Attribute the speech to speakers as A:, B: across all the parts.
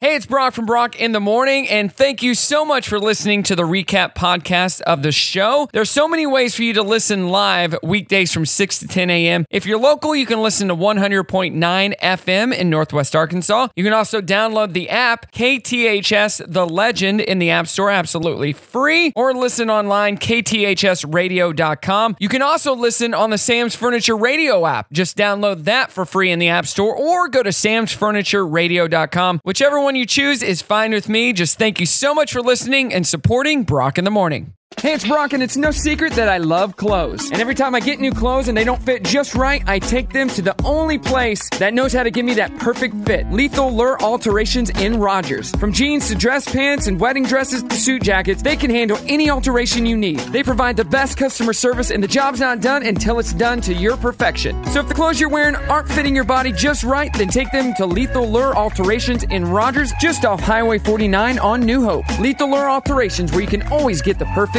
A: Hey, it's Brock from Brock in the Morning, and thank you so much for listening to the recap podcast of the show. There's so many ways for you to listen live weekdays from 6 to 10 a.m. If you're local, you can listen to 100.9 FM in Northwest Arkansas. You can also download the app KTHS The Legend in the App Store absolutely free, or listen online kthsradio.com. You can also listen on the Sam's Furniture Radio app. Just download that for free in the App Store, or go to samsfurnitureradio.com. Whichever one you choose is fine with me. Just thank you so much for listening and supporting Brock in the Morning. Hey, it's Brock, and it's no secret that I love clothes. And every time I get new clothes and they don't fit just right, I take them to the only place that knows how to give me that perfect fit Lethal Lure Alterations in Rogers. From jeans to dress pants and wedding dresses to suit jackets, they can handle any alteration you need. They provide the best customer service, and the job's not done until it's done to your perfection. So if the clothes you're wearing aren't fitting your body just right, then take them to Lethal Lure Alterations in Rogers, just off Highway 49 on New Hope. Lethal Lure Alterations, where you can always get the perfect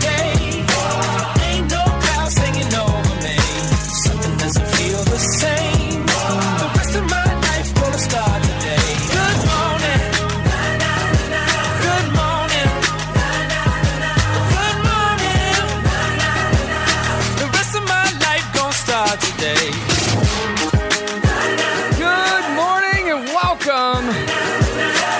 B: day. Ain't no clouds hanging over me. Something doesn't feel the same. The rest of my life gonna start today. Good morning. Good morning. Good morning. The rest of my life gonna start today.
A: Good morning and welcome.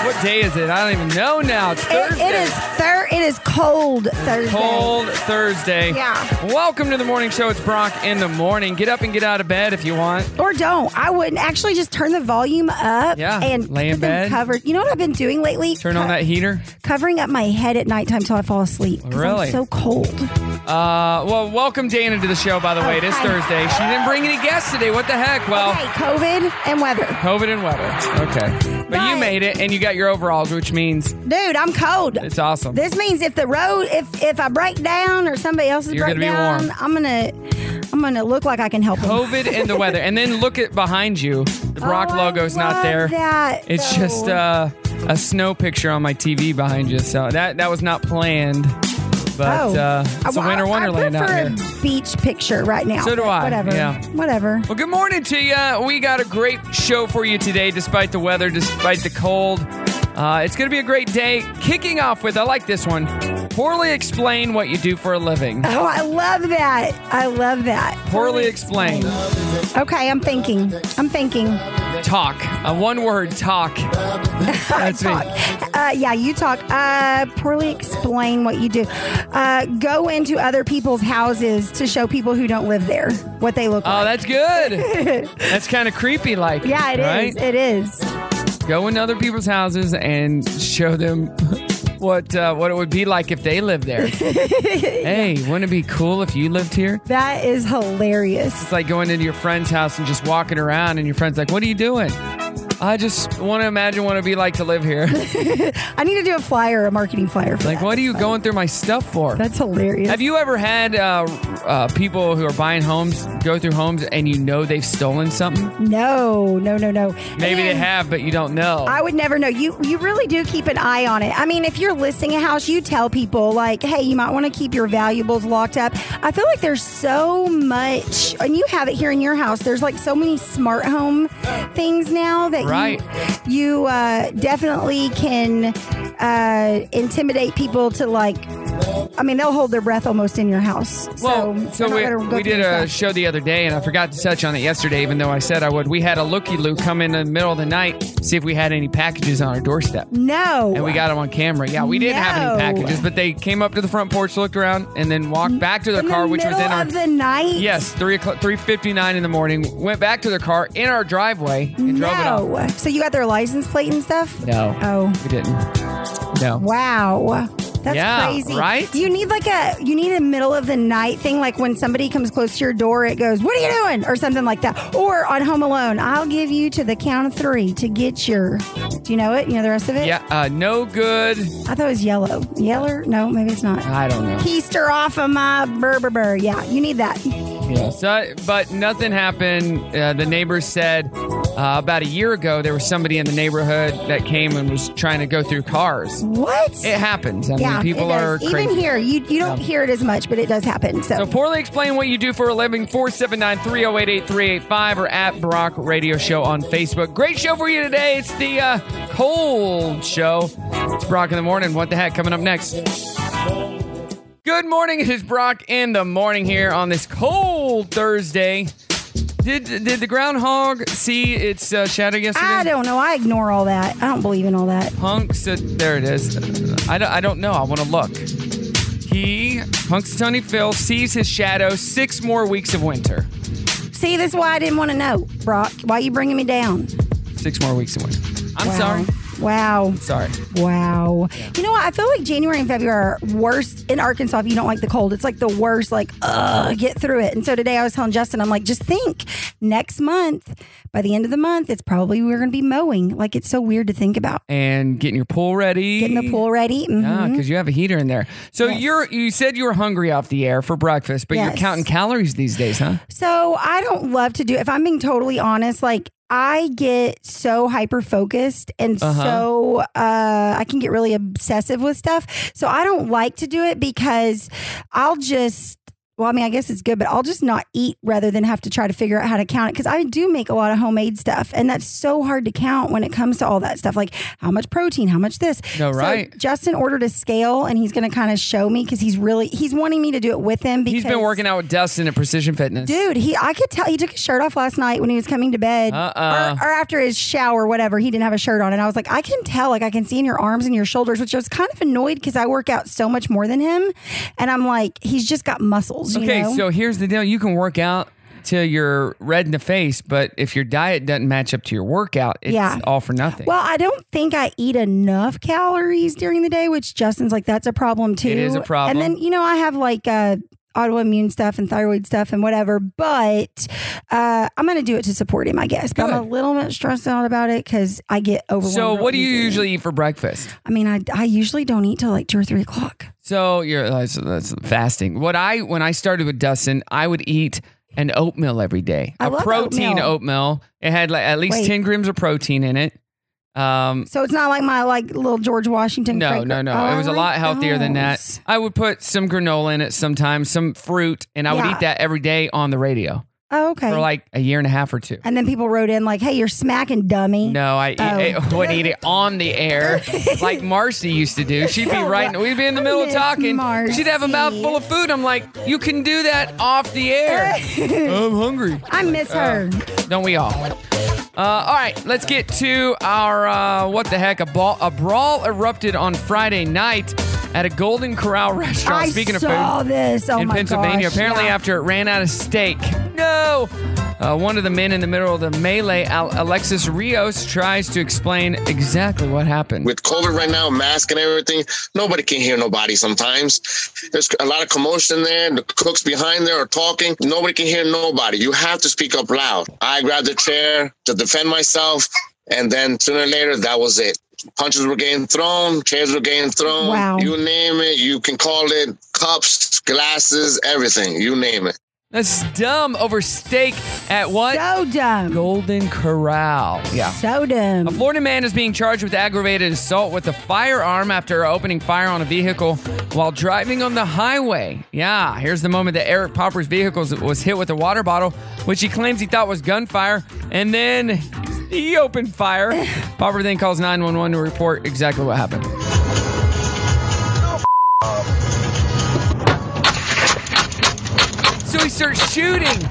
A: What day is it? I don't even know now. It's
C: It,
A: Thursday.
C: it is thir- It is cold Thursday.
A: Cold Thursday.
C: Yeah.
A: Welcome to the morning show. It's Brock in the morning. Get up and get out of bed if you want.
C: Or don't. I wouldn't actually just turn the volume up.
A: Yeah,
C: And
A: lay in
C: put them
A: bed.
C: covered. You know what I've been doing lately?
A: Turn on
C: Co-
A: that heater.
C: Covering up my head at nighttime till I fall asleep. 'cause
A: Really?
C: I'm so cold.
A: Uh, well, welcome Dana to the show, by the way. It is
C: Okay.
A: Thursday. She didn't bring any guests today. What the heck? Well,
C: Okay, COVID and weather.
A: COVID and weather. Okay. But, you
C: But-
A: made it and you got your overalls, which means
C: Dude, I'm cold.
A: it's awesome.
C: This means if the road, if if I break down or somebody else is
A: You're
C: break
A: gonna be
C: down,
A: warm.
C: I'm gonna I'm gonna look like I can help. 'em.
A: COVID and the weather. And then look at behind you. The Brock
C: Oh, I
A: logo's not
C: love
A: there.
C: That
A: It's
C: though.
A: just uh, a snow picture on my TV behind you. So that that was not planned, but uh, it's a
C: Oh. Well,
A: winter
C: I-
A: wonderland
C: I
A: out
C: prefer
A: here.
C: A beach picture right now.
A: So do
C: but
A: I,
C: Whatever.
A: yeah.
C: Whatever.
A: Well, good morning to you. We got a great show for you today, despite the weather, despite the cold. Uh, it's going to be a great day. Kicking off with, I like this one. Poorly explain what you do for a living.
C: Oh, I love that. I love that.
A: Poorly explained.
C: Okay, I'm thinking. I'm thinking.
A: Talk. A one word talk. That's me.
C: Talk. Uh, yeah, you talk. Uh, poorly explain what you do. Uh, go into other people's houses to show people who don't live there what they look
A: Oh,
C: like.
A: that's good. that's kind of creepy, like.
C: Yeah, it is.
A: right?
C: It is.
A: go in other people's houses and show them what uh, what it would be like if they lived there. hey, wouldn't it be cool if you lived here?
C: That is hilarious.
A: It's like going into your friend's house and just walking around, and your friend's like, "What are you doing?" I just want to imagine what it'd be like to live here.
C: I need to do a flyer, a marketing flyer for
A: like,
C: that.
A: what are you going through my stuff for?
C: That's hilarious.
A: Have you ever had uh, uh, people who are buying homes go through homes and you know they've stolen something?
C: no, no, no, no.
A: Maybe they
C: And-
A: have, but you don't know.
C: I would never know. You you really do keep an eye on it. I mean, if you're listing a house, you tell people like, "Hey, you might want to keep your valuables locked up." I feel like there's so much, and you have it here in your house. There's like so many smart home things now that
A: Right.
C: you you uh, definitely can uh, intimidate people to like. I mean, they'll hold their breath almost in your house.
A: Well, so,
C: they're not
A: we,
C: gonna go
A: we
C: through
A: did
C: your
A: a
C: stuff.
A: show the other day, and I forgot to touch on it yesterday, even though I said I would. We had a looky loo come in the middle of the night, see if we had any packages on our doorstep.
C: no,
A: And we got them on camera. Yeah, we didn't have any
C: No.
A: packages, but they came up to the front porch, looked around, and then walked back to their
C: in the
A: car, which was in
C: middle
A: our
C: of the night.
A: yes three o'clock, three fifty nine in the morning. Went back to their car in our driveway and drove it
C: no.
A: off.
C: So you got their license plate and stuff?
A: No,
C: Oh.
A: we didn't. No,
C: Wow. That's
A: Yeah,
C: crazy.
A: right?
C: You need like a you need a middle of the night thing, like when somebody comes close to your door, it goes, What are you doing? or something like that. Or on Home Alone, I'll give you to the count of three to get your do you know it? You know the rest of it?
A: yeah, uh, no good.
C: I thought it was yellow. Yeller? No, maybe it's not.
A: I don't know.
C: Keister off of my burr burr burr. Yeah, you need that.
D: Yeah.
A: So, but nothing happened. Uh, the neighbors said uh, about a year ago there was somebody in the neighborhood that came and was trying to go through cars.
C: What?
A: It happens. I
C: yeah,
A: mean, people
C: it does.
A: are crazy.
C: even here. You you don't hear it as much, but it does happen. So,
A: So poorly explain what you do for a living, 479-308-8385 or at Brock Radio Show on Facebook. Great show for you today. It's the uh, cold show. It's Brock in the morning. What the heck coming up next? Good morning. It is Brock in the morning here on this cold Thursday. Did did the groundhog see its uh, shadow yesterday?
C: I don't know. I ignore all that. I don't believe in all that.
A: Punks, there it is. I don't, I don't know. I want to look. He, Punks Tony Phil, sees his shadow six more weeks of winter.
C: See, this is why I didn't want to know, Brock. Why you bringing me down?
A: Six more weeks of winter. I'm
C: Wow.
A: sorry.
C: Wow.
A: Sorry.
C: Wow. You know what? I feel like January and February are worse in Arkansas if you don't like the cold. It's like the worst, like, uh, get through it. And so today I was telling Justin, I'm like, just think next month, by the end of the month, it's probably we're going to be mowing. Like, it's so weird to think about.
A: And getting your pool ready.
C: Getting the pool ready. Mhm.
A: because you have a heater in there. So
C: Yes.
A: you're you said you were hungry off the air for breakfast, but you're
C: Yes.
A: counting calories these days, huh?
C: So I don't love to do. If I'm being totally honest, like I get so hyper focused and
A: Uh-huh.
C: so uh, I can get really obsessive with stuff. So I don't like to do it because I'll just. Well, I mean, I guess it's good, but I'll just not eat rather than have to try to figure out how to count it because I do make a lot of homemade stuff, and that's so hard to count when it comes to all that stuff, like how much protein, how much this.
A: No,
C: So
A: right.
C: Justin ordered a scale, and he's going to kind of show me because he's really he's wanting me to do it with him.
A: He's
C: Because
A: been working out with Dustin at Precision Fitness.
C: Dude, he I could tell he took his shirt off last night when he was coming to bed.
A: Uh-uh.
C: Or, or after his shower, whatever. He didn't have a shirt on. And I was like, I can tell, like I can see in your arms and your shoulders, which I was kind of annoyed because I work out so much more than him. And I'm like, he's just got muscles. you
A: okay,
C: know?
A: so here's the deal: you can work out till you're red in the face, but if your diet doesn't match up to your workout, it's
C: Yeah.
A: all for nothing.
C: Well, I don't think I eat enough calories during the day, which Justin's like, that's a problem too.
A: It is a problem.
C: And then, you know, I have like uh, autoimmune stuff and thyroid stuff and whatever, but uh, I'm going to do it to support him, I guess. But I'm a
A: Good.
C: little bit stressed out about it because I get overwhelmed.
A: so
C: real
A: what do you
C: easy.
A: usually eat for breakfast?
C: I mean, I, I usually don't eat till like two or three o'clock.
A: So you're uh, so that's fasting. What I when I started with Dustin, I would eat an oatmeal every day.
C: I
A: a
C: love
A: protein
C: oatmeal.
A: oatmeal. It had like at least
C: Wait.
A: ten grams of protein in it. Um,
C: So it's not like my like little George Washington.
A: no,
C: Frank-
A: no, no,
C: Oh, I
A: It was a
C: like
A: lot healthier than that.
C: those.
A: I would put some granola in it sometimes, some fruit, and I would
C: Yeah.
A: eat that every day on the radio
C: Oh, okay.
A: for like a year and a half or two.
C: and then people wrote in like, "Hey, you're smacking, dummy."
A: No, I, I
C: Oh.
A: would eat it on the air like Marcy used to do. She'd be right, we'd be in the middle of
C: Miss
A: talking. She'd have a
C: Marcy.
A: mouthful of food. I'm like, you can do that off the air. I'm hungry.
C: I miss
A: uh,
C: her.
A: Don't we all? Uh, all right, let's get to our uh, what the heck? A, ball, a brawl erupted on Friday night at a Golden Corral restaurant.
C: I
A: Speaking of
C: saw
A: food
C: this. Oh
A: in
C: my
A: Pennsylvania.
C: gosh,
A: Apparently,
C: yeah.
A: after it ran out of steak. No! Uh, one of the men in the middle of the melee, Al- Alexis Rios, tries to explain exactly what happened.
E: with COVID right now, mask and everything, nobody can hear nobody sometimes. There's a lot of commotion there. The cooks behind there are talking. Nobody can hear nobody. You have to speak up loud. I grabbed the chair to defend myself. And then sooner or later, that was it. Punches were getting thrown, chairs were getting thrown.
C: Wow.
E: You name it. You can call it cups, glasses, everything. You name it.
A: That's dumb over steak at what?
C: so dumb,
A: Golden Corral. Yeah.
C: so dumb.
A: A Florida man is being charged with aggravated assault with a firearm after opening fire on a vehicle while driving on the highway. Yeah, here's the moment that Eric Popper's vehicle was hit with a water bottle, which he claims he thought was gunfire, and then he opened fire. Popper then calls 911 to report exactly what happened. So he starts shooting.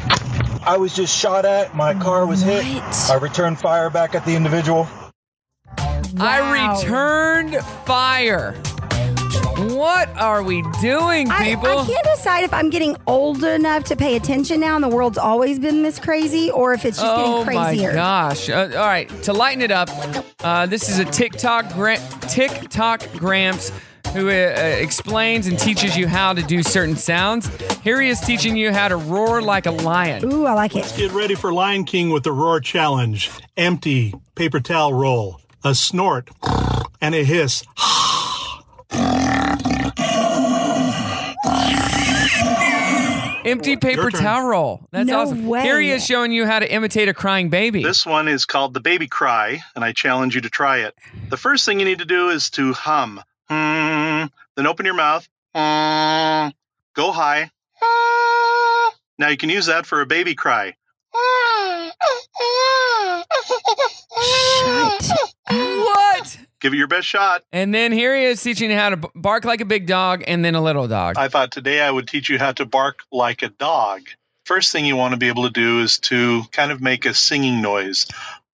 F: I was just shot at. My car was hit.
C: What?
F: I returned fire back at the individual.
A: I
C: Wow.
A: returned fire. What are we doing,
C: I,
A: people?
C: I can't decide if I'm getting old enough to pay attention now, and the world's always been this crazy, or if it's just
A: oh
C: getting crazier.
A: my gosh! Uh, all right, to lighten it up, uh, this is a TikTok gra- TikTok Gramps who uh, uh, explains and teaches you how to do certain sounds. Here he is teaching you how to roar like a lion.
C: Ooh, I like it.
G: Get ready for Lion King with the Roar Challenge. Empty paper towel roll, a snort, and a hiss.
A: Empty paper
G: Your turn.
A: towel roll. That's
C: No
A: awesome.
C: way.
A: Here he is showing you how to imitate a crying baby.
D: This one is called the baby cry, and I challenge you to try it. The first thing you need to do is to hum. Hmm. Then open your mouth. Hmm. Go high. Hmm. Now you can use that for a baby cry.
C: Shut.
A: what?
D: Give it your best shot.
A: And then here he is teaching you how to b- bark like a big dog and then a little dog.
D: I thought today I would teach you how to bark like a dog. First thing you want to be able to do is to kind of make a singing noise.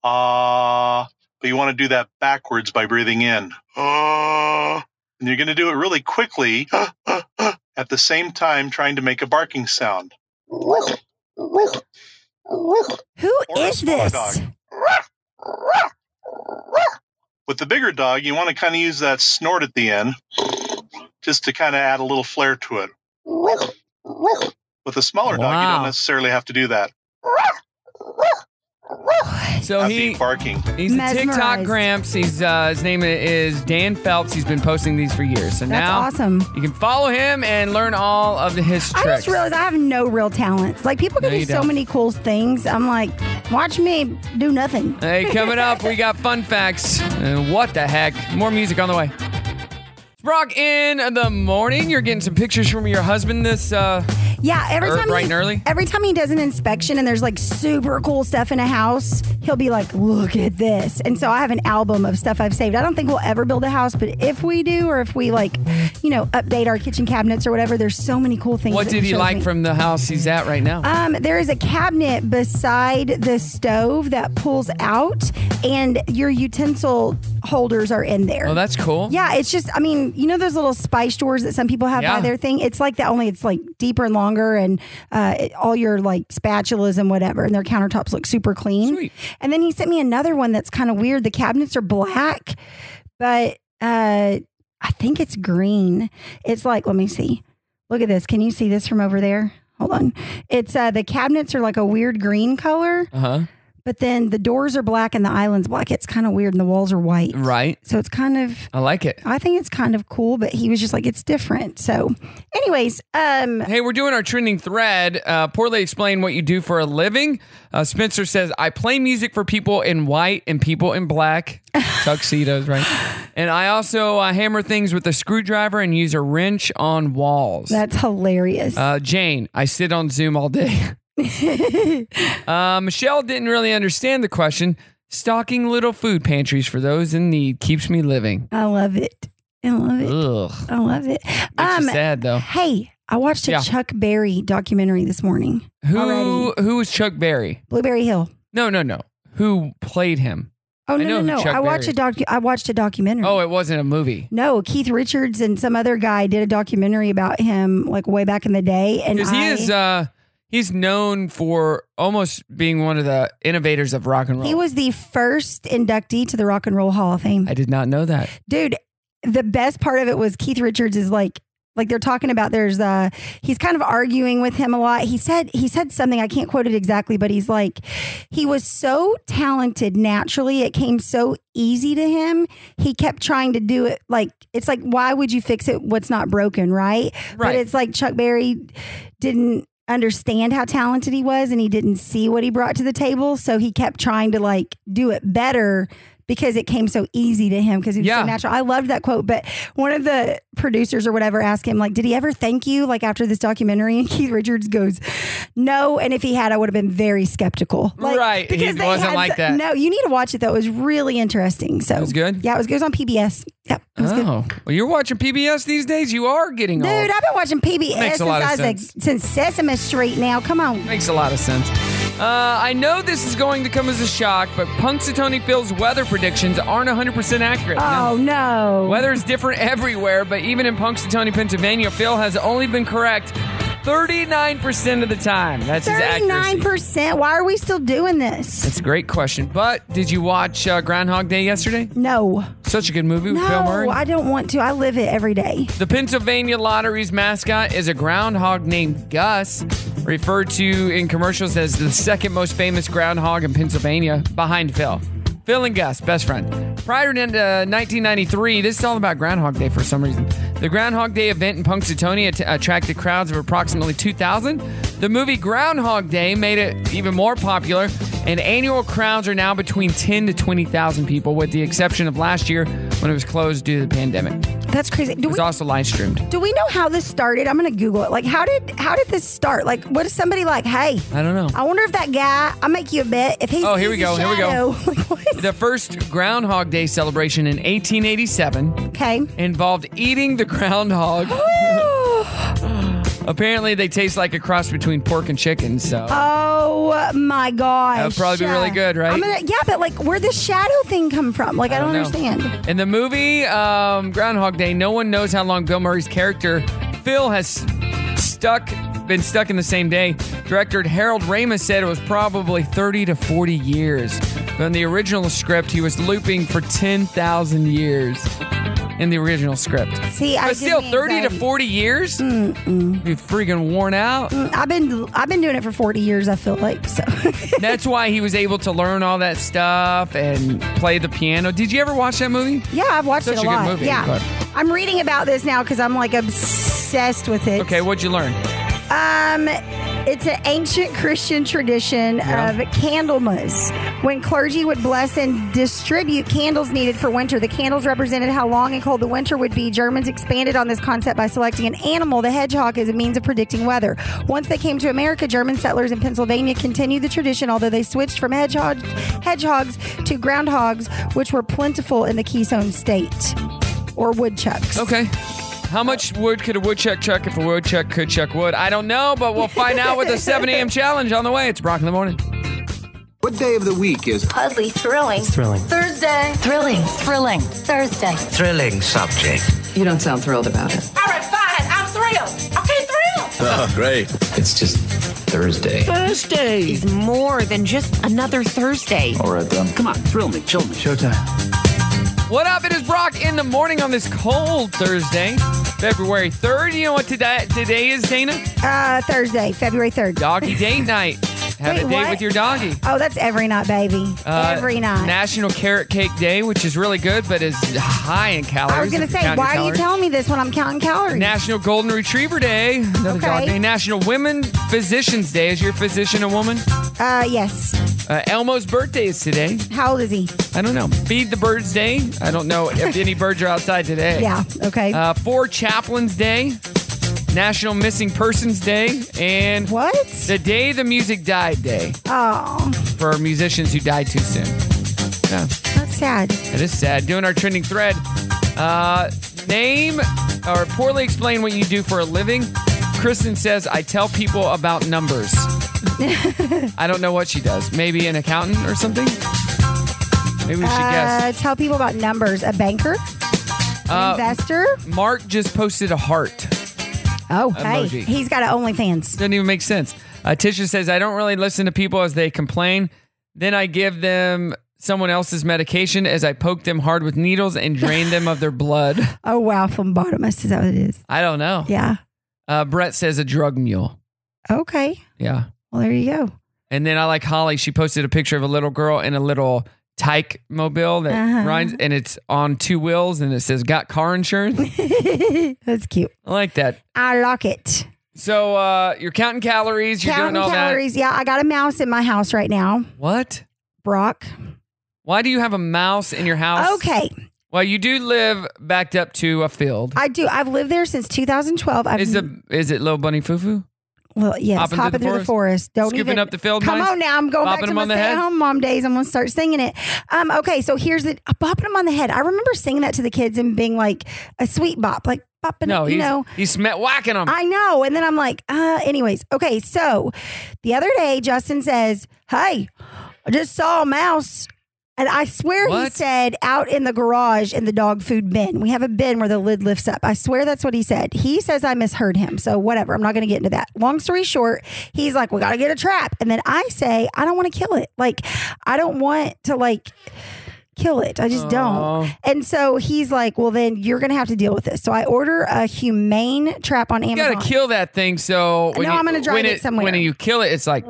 D: Ah, but you want to do that backwards by breathing in. Ah, and you're going to do it really quickly at the same time trying to make a barking sound.
C: Who
D: Or a
C: is
D: smaller
C: this?
D: dog. With the bigger dog, you want to kind of use that snort at the end just to kind of add a little flair to it. With a smaller dog, you
A: Wow.
D: don't necessarily have to do that.
A: so
D: Not
A: he
D: the barking.
A: he's a TikTok
C: Mesmerized.
A: Gramps. He's uh, his name is Dan Phelps. He's been posting these for years. So
C: That's
A: now
C: awesome.
A: you can follow him and learn all of his tricks.
C: I just realized I have no real talents. Like people can
A: No,
C: do
A: you
C: so
A: don't.
C: many cool things. I'm like, watch me do nothing.
A: Hey, coming up, we got fun facts. And what the heck? More music on the way. Brock in the morning. You're getting some pictures from your husband this uh
C: Yeah, every
A: Er,
C: time
A: bright
C: he,
A: and early?
C: Every time he does an inspection and there's like super cool stuff in a house, he'll be like, "Look at this!" And so I have an album of stuff I've saved. I don't think we'll ever build a house, but if we do, or if we like, you know, update our kitchen cabinets or whatever, there's so many cool things.
A: what
C: that
A: did he
C: shows
A: like
C: me.
A: from the house he's at right now?
C: Um, there is a cabinet beside the stove that pulls out, and your utensil holders are in there.
A: oh, that's cool.
C: Yeah, it's just, I mean, you know those little spice drawers that some people have
A: Yeah.
C: by their thing? It's like that, only it's like deeper and longer, and uh, it, all your like spatulas and whatever, and their countertops look super clean.
A: Sweet.
C: And then he sent me another one that's kind of weird. The cabinets are black, but uh, I think it's green. It's like, let me see. Look at this. Can you see this from over there? Hold on. It's uh, the cabinets are like a weird green color,
A: Uh-huh.
C: but then the doors are black and the island's black. It's kind of weird, and the walls are white.
A: Right.
C: So it's kind of
A: I like it.
C: I think it's kind of cool, but he was just like, it's different. So, anyways, um,
A: Hey, we're doing our trending thread. Uh, poorly explain what you do for a living. Uh, Spencer says, I play music for people in white and people in black, tuxedos, right? And I also uh, hammer things with a screwdriver and use a wrench on walls.
C: that's hilarious.
A: Uh, Jane, I sit on Zoom all day. uh, Michelle didn't really understand the question. Stocking little food pantries for those in need keeps me living.
C: I love it. I love it.
A: Ugh.
C: I love it.
A: Makes
C: Um,
A: you sad though.
C: hey, I watched a
A: Yeah.
C: Chuck Berry documentary this morning.
A: Who
C: already.
A: who was Chuck Berry?
C: Blueberry Hill.
A: No, no, no. Who played him?
C: Oh no,
A: know
C: no,
A: who
C: no!
A: Chuck
C: I watched
A: Berry
C: a doc. I watched a documentary.
A: Oh, it wasn't a movie.
C: no, Keith Richards and some other guy did a documentary about him, like way back in the day. And
A: Because he
C: I-
A: is uh he's known for almost being one of the innovators of rock and roll.
C: he was the first inductee to the Rock and Roll Hall of Fame.
A: I did not know that.
C: dude the best part of it was keith richards is like like they're talking about there's uh he's kind of arguing with him a lot he said he said something i can't quote it exactly but he's like he was so talented naturally it came so easy to him he kept trying to do it like it's like why would you fix it what's not broken right, but
A: Right.
C: it's like chuck berry didn't understand how talented he was and he didn't see what he brought to the table so he kept trying to like do it better because it came so easy to him because he was
A: Yeah.
C: so natural. I loved that quote, but one of the producers or whatever asked him like, "Did he ever thank you like after this documentary?" And Keith Richards goes, "No, and if he had, I would have been very skeptical." Like,
A: Right. He
C: they
A: wasn't
C: had-
A: like that.
C: No, you need to watch it though. It was really interesting. So it
A: was good?
C: Yeah, it was good. It was on PBS. Yep, it was good.
A: Oh. Well, you're watching PBS these days? You are getting
C: Dude,
A: old.
C: I've been watching PBS
A: Makes
C: since,
A: a lot of
C: I was like,
A: sense.
C: since Sesame Street. Now, come on.
A: Makes a lot of sense. Uh, I know this is going to come as a shock, but Punxsutawney Phil's weather predictions aren't 100% accurate.
C: Oh no.
A: Weather is different everywhere, but even in Punxsutawney, Pennsylvania, Phil has only been correct 39% of the time. That's his
C: Thirty-nine
A: accuracy.
C: percent. Why are we still doing this?
A: That's a great question. But did you watch uh, Groundhog Day yesterday?
C: No,
A: Such a good movie with Bill Murray.
C: no, I don't want to. I live it every day.
A: The Pennsylvania Lottery's mascot is a groundhog named Gus, referred to in commercials as the second most famous groundhog in Pennsylvania, behind Phil. Phil and Gus, best friend. Prior to uh, 1993, this is all about Groundhog Day for some reason. The Groundhog Day event in Punxsutawney att- attracted crowds of approximately 2,000, The movie Groundhog Day made it even more popular, and annual crowds are now between 10 to 20,000 people, with the exception of last year when it was closed due to the pandemic. It
C: That's crazy. Do
A: was
C: we,
A: also live streamed.
C: do we know how this started? I'm gonna Google it. Like, how did how did this start? Like, what is somebody like? Hey,
A: I don't know.
C: I wonder if that guy. I'll make you a bet. If he's
A: Oh, here
C: he's
A: we
C: a
A: go, here we go.
C: shadow. Like, what?
A: The first Groundhog Day celebration in 1887
C: okay.
A: involved eating the groundhog. Apparently, they taste like a cross between pork and chicken, so.
C: Oh my gosh.
A: That would probably be really good, right?
C: I'm gonna, yeah, but like, where'd the shadow thing come from? Like, I, don't, understand.
A: In the movie um, Groundhog Day, no one knows how long Bill Murray's character Phil has stuck been stuck in the same day. Director Harold Ramis said it was probably 30 to 40 years. But in the original script, he was looping for 10,000 years. In the original script,
C: See, I
A: but
C: give
A: still,
C: me
A: 30 to
C: anxiety.
A: 40 years, mm you freaking worn out.
C: I've been I've been doing it for 40 years. I feel like so.
A: That's why he was able to learn all that stuff and play the piano. Did you ever watch that movie?
C: yeah, I've watched
A: Such
C: it
A: a
C: a,
A: good
C: lot.
A: movie,
C: yeah,
A: but-
C: I'm reading about this now because I'm like obsessed with it.
A: Okay, what'd you learn?
C: Um, it's an ancient Christian tradition of Candlemas, when clergy would bless and distribute candles needed for winter. The candles represented how long and cold the winter would be. Germans expanded on this concept by selecting an animal, the hedgehog, as a means of predicting weather. Once they came to America, German settlers in Pennsylvania continued the tradition, although they switched from hedgehog, hedgehogs to groundhogs, which were plentiful in the Keystone State, or woodchucks.
A: Okay. How much wood could a woodchuck chuck if a woodchuck could chuck wood? I don't know, but we'll find out with the 7 a.m. challenge on the way. It's Brock in the morning.
H: What day of the week is
I: Oddly thrilling.
J: Thrilling.
I: Thursday. Thrilling. Thrilling. Thursday.
J: Thrilling subject.
K: You don't sound thrilled about it.
I: All right, fine. I'm thrilled. Okay, thrilled.
H: It's just Thursday.
J: Thursday.
K: It's more than just another Thursday.
H: All right, then.
J: Come on, thrill me, chill me. Showtime.
A: What up? It is Brock in the morning on this cold Thursday, February 3rd. You know what today, today is, Dana?
C: Uh, Thursday, February 3rd.
A: Doggy date night. Have a
C: Wait,
A: date
C: what?
A: with your doggy.
C: Oh, that's every night, baby.
A: Uh,
C: every night.
A: National Carrot Cake Day, which is really good, but is high in calories.
C: I was going
A: if
C: to
A: you
C: say,
A: count your
C: why are you
A: calories.
C: telling me this when I'm counting calories?
A: National Golden Retriever Day, another dog
C: Okay.
A: day. National Women Physicians Day. Is your physician a woman?
C: uh, yes.
A: Uh, Elmo's birthday is today.
C: How old is he?
A: I don't know. Feed the Birds Day. I don't know if any birds are outside today.
C: Yeah. Okay.
A: Uh, Four Chaplains Day, National Missing Persons Day, and
C: what?
A: the Day the Music Died Day
C: Oh,
A: for musicians who died too soon. Yeah,
C: that's sad.
A: that is sad. Doing our trending thread. Uh, name or poorly explain what you do for a living. Kristen says, I tell people about numbers. I don't know what she does. Maybe an accountant or something? Maybe we should guess. Uh,
C: Uh, tell people about numbers. A banker? An investor?
A: Mark just posted a heart.
C: Oh, hey.
A: emoji.
C: He's got an OnlyFans.
A: Doesn't even make sense. Uh, Tisha says, I don't really listen to people as they complain. Then I give them someone else's medication as I poke them hard with needles and drain them of their blood.
C: Oh, wow. From bottomless. Is that what it is?
A: I don't know.
C: Yeah.
A: Uh, Brett says, a drug mule.
C: Okay.
A: Yeah.
C: Well, there you go.
A: And then I like Holly. She posted a picture of a little girl in a little tyke mobile that
C: Uh-huh.
A: runs and it's on two wheels and it says, got car insurance.
C: that's cute.
A: I like that.
C: I like it.
A: So uh, you're counting calories. You're
C: Counting
A: doing all
C: calories. Yeah, I got a mouse in my house right now.
A: that. What?
C: Brock.
A: Why do you have a mouse in your house?
C: Okay.
A: Well, you do live backed up to a field.
C: I do. I've lived there since 2012. I've
A: Is the is it little bunny fufu?
C: Well, yes,
A: Hopping through
C: hopping,
A: the
C: through, the forest. Don't
A: Scooping
C: even,
A: up the field
C: Come
A: mice?
C: on now, I'm going
A: Bopping
C: back to
A: them
C: my
A: on the head?
C: stay-at-home mom days. I'm going to start singing it. Um, okay, so here's it. Bopping them on the head. I remember singing that to the kids and being like a sweet bop, like bopping.
A: No,
C: you
A: he's
C: know.
A: he's sma- whacking him.
C: I know. And then I'm like, uh, anyways, okay. So the other day, Justin says, Hey, I just saw a mouse. And I swear he
A: What?
C: said out in the garage in the dog food bin. We have a bin where the lid lifts up. I swear that's what he said. He says I misheard him. So whatever. I'm not going to get into that. Long story short, he's like, "We got to get a trap." And then I say, "I don't want to kill it. Like, I don't want to like kill it. I just
A: Aw.
C: don't." And so he's like, "Well, then you're going to have to deal with this." So I order a humane trap on
A: you
C: Amazon.
A: gotta kill that thing. So when
C: No,
A: you,
C: I'm gonna drive
A: when
C: it somewhere.
A: When you kill it, it's like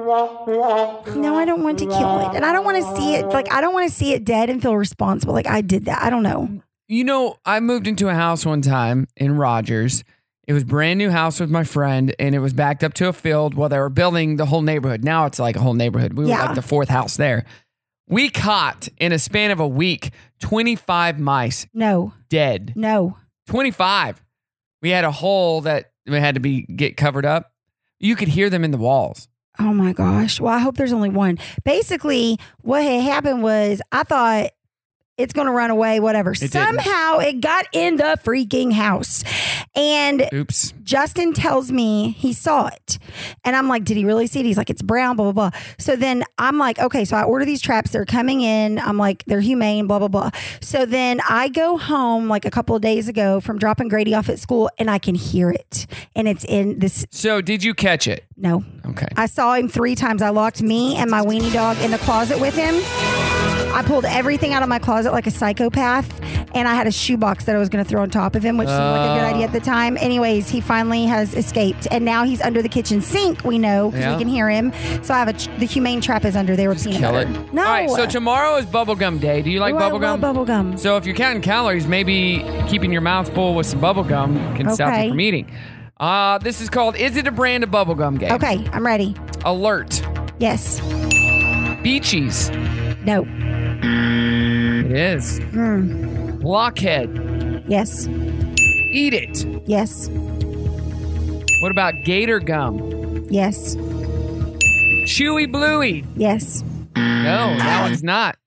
C: No, I don't want to kill it. And I don't want to see it like I don't want to see it dead and feel responsible. Like I did that. I don't know.
A: you know. I moved into a house one time in Rogers, It was brand new house with my friend, and it was backed up to a field while they were building the whole neighborhood. Now it's like a whole neighborhood. We were
L: Yeah.
A: like the fourth house there. We caught in a span of a week 25 mice.
C: No.
A: Dead.
C: No.
A: 25. We had a hole that had to be get covered up. You could hear them in the walls.
C: Oh my gosh. Well, I hope there's only one. Basically, what had happened was I thought it's going to run away, whatever.
A: didn't.
C: Somehow it got in the freaking house. And
A: Oops.
C: Justin tells me he saw it. And I'm like, did he really see it? He's like, it's brown, blah, blah, blah. So then I'm like, okay, so I order these traps. They're coming in. I'm like, they're humane, blah, blah, blah. So then I go home like a couple of days ago from dropping Grady off at school and I can hear it. And it's in this.
A: So, did you catch it?
C: No.
A: Okay.
C: I saw him three times. I locked me and my weenie dog in the closet with him. I pulled everything out of my closet like a psychopath, and I had a shoebox that I was going to throw on top of him, which seemed like a
M: Oh.
C: good idea at the time. Anyways, he finally has escaped, and now he's under the kitchen sink. We know because
A: Yeah.
C: we can hear him. So I have a tr- the humane trap is under there with peanut
A: Kill
C: butter.
A: it.
C: No.
A: All right, so tomorrow is bubblegum day. Do you like
C: Ooh, I love
A: bubblegum?
C: bubblegum.
A: So if you're counting calories, maybe keeping your mouth full with some bubblegum can stop
C: Okay.
A: you from eating. Uh, this is called Is It a Brand of Bubblegum Game?
C: Okay, I'm ready.
A: Alert.
C: Yes.
A: Beachies.
C: No.
A: It is.
C: Hmm.
A: Blockhead.
C: Yes.
A: Eat it.
C: Yes.
A: What about gator gum?
C: Yes.
A: Chewy Bluey.
C: Yes.
A: No, that one's not.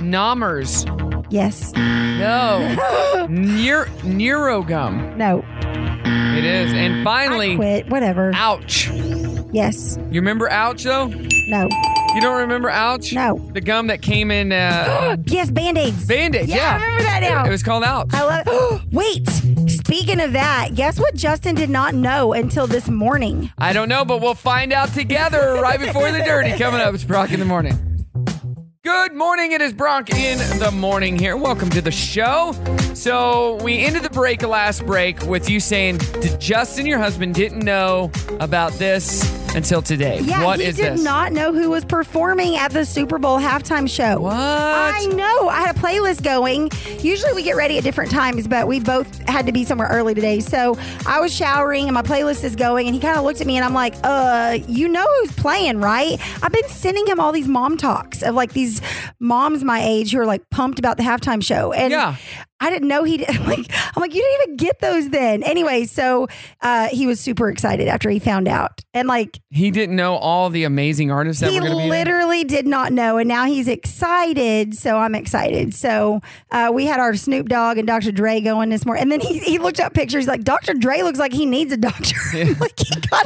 A: Nommers.
C: Yes.
A: No. Neuro Neurogum.
C: No.
A: It is. And finally,
C: quit. Whatever.
A: Ouch.
C: Yes.
A: You remember Ouch though?
C: No.
A: You don't remember Ouch? No. The gum that came in. Uh,
C: yes, Band Aids.
A: Band Aids, yeah.
C: Yeah, I remember that now.
A: It, it was called Ouch.
C: I love Wait, speaking of that, guess what Justin did not know until this morning?
A: I don't know, but we'll find out together right before the dirty coming up. It's Brock in the morning. Good morning. It is Brock in the morning here. Welcome to the show. So, we ended the break last break with you saying, "D- Justin, your husband didn't know about this until today.
C: Yeah,
A: what
C: he
A: is
C: did
A: this?
C: not know who was performing at the Super Bowl halftime show. What? I know. I had a playlist going. Usually we get ready at different times, but we both had to be somewhere early today. So I was showering and my playlist is going, and he kind of looked at me and I'm like, uh, you know who's playing, right? I've been sending him all these mom talks of like these moms my age who are like pumped about the halftime show. And yeah. I didn't know he did. Like, I'm like, you didn't even get those then. Anyway, so uh, he was super excited after he found out. And like,
A: he didn't know all the amazing artists that
C: he
A: were going to be there?
C: literally did not know, and now he's excited. So I'm excited. So uh, we had our Snoop Dogg and Dr. Dre going this morning, and then he, he looked up pictures. He's like, Dr. Dre looks like he needs a doctor. Yeah,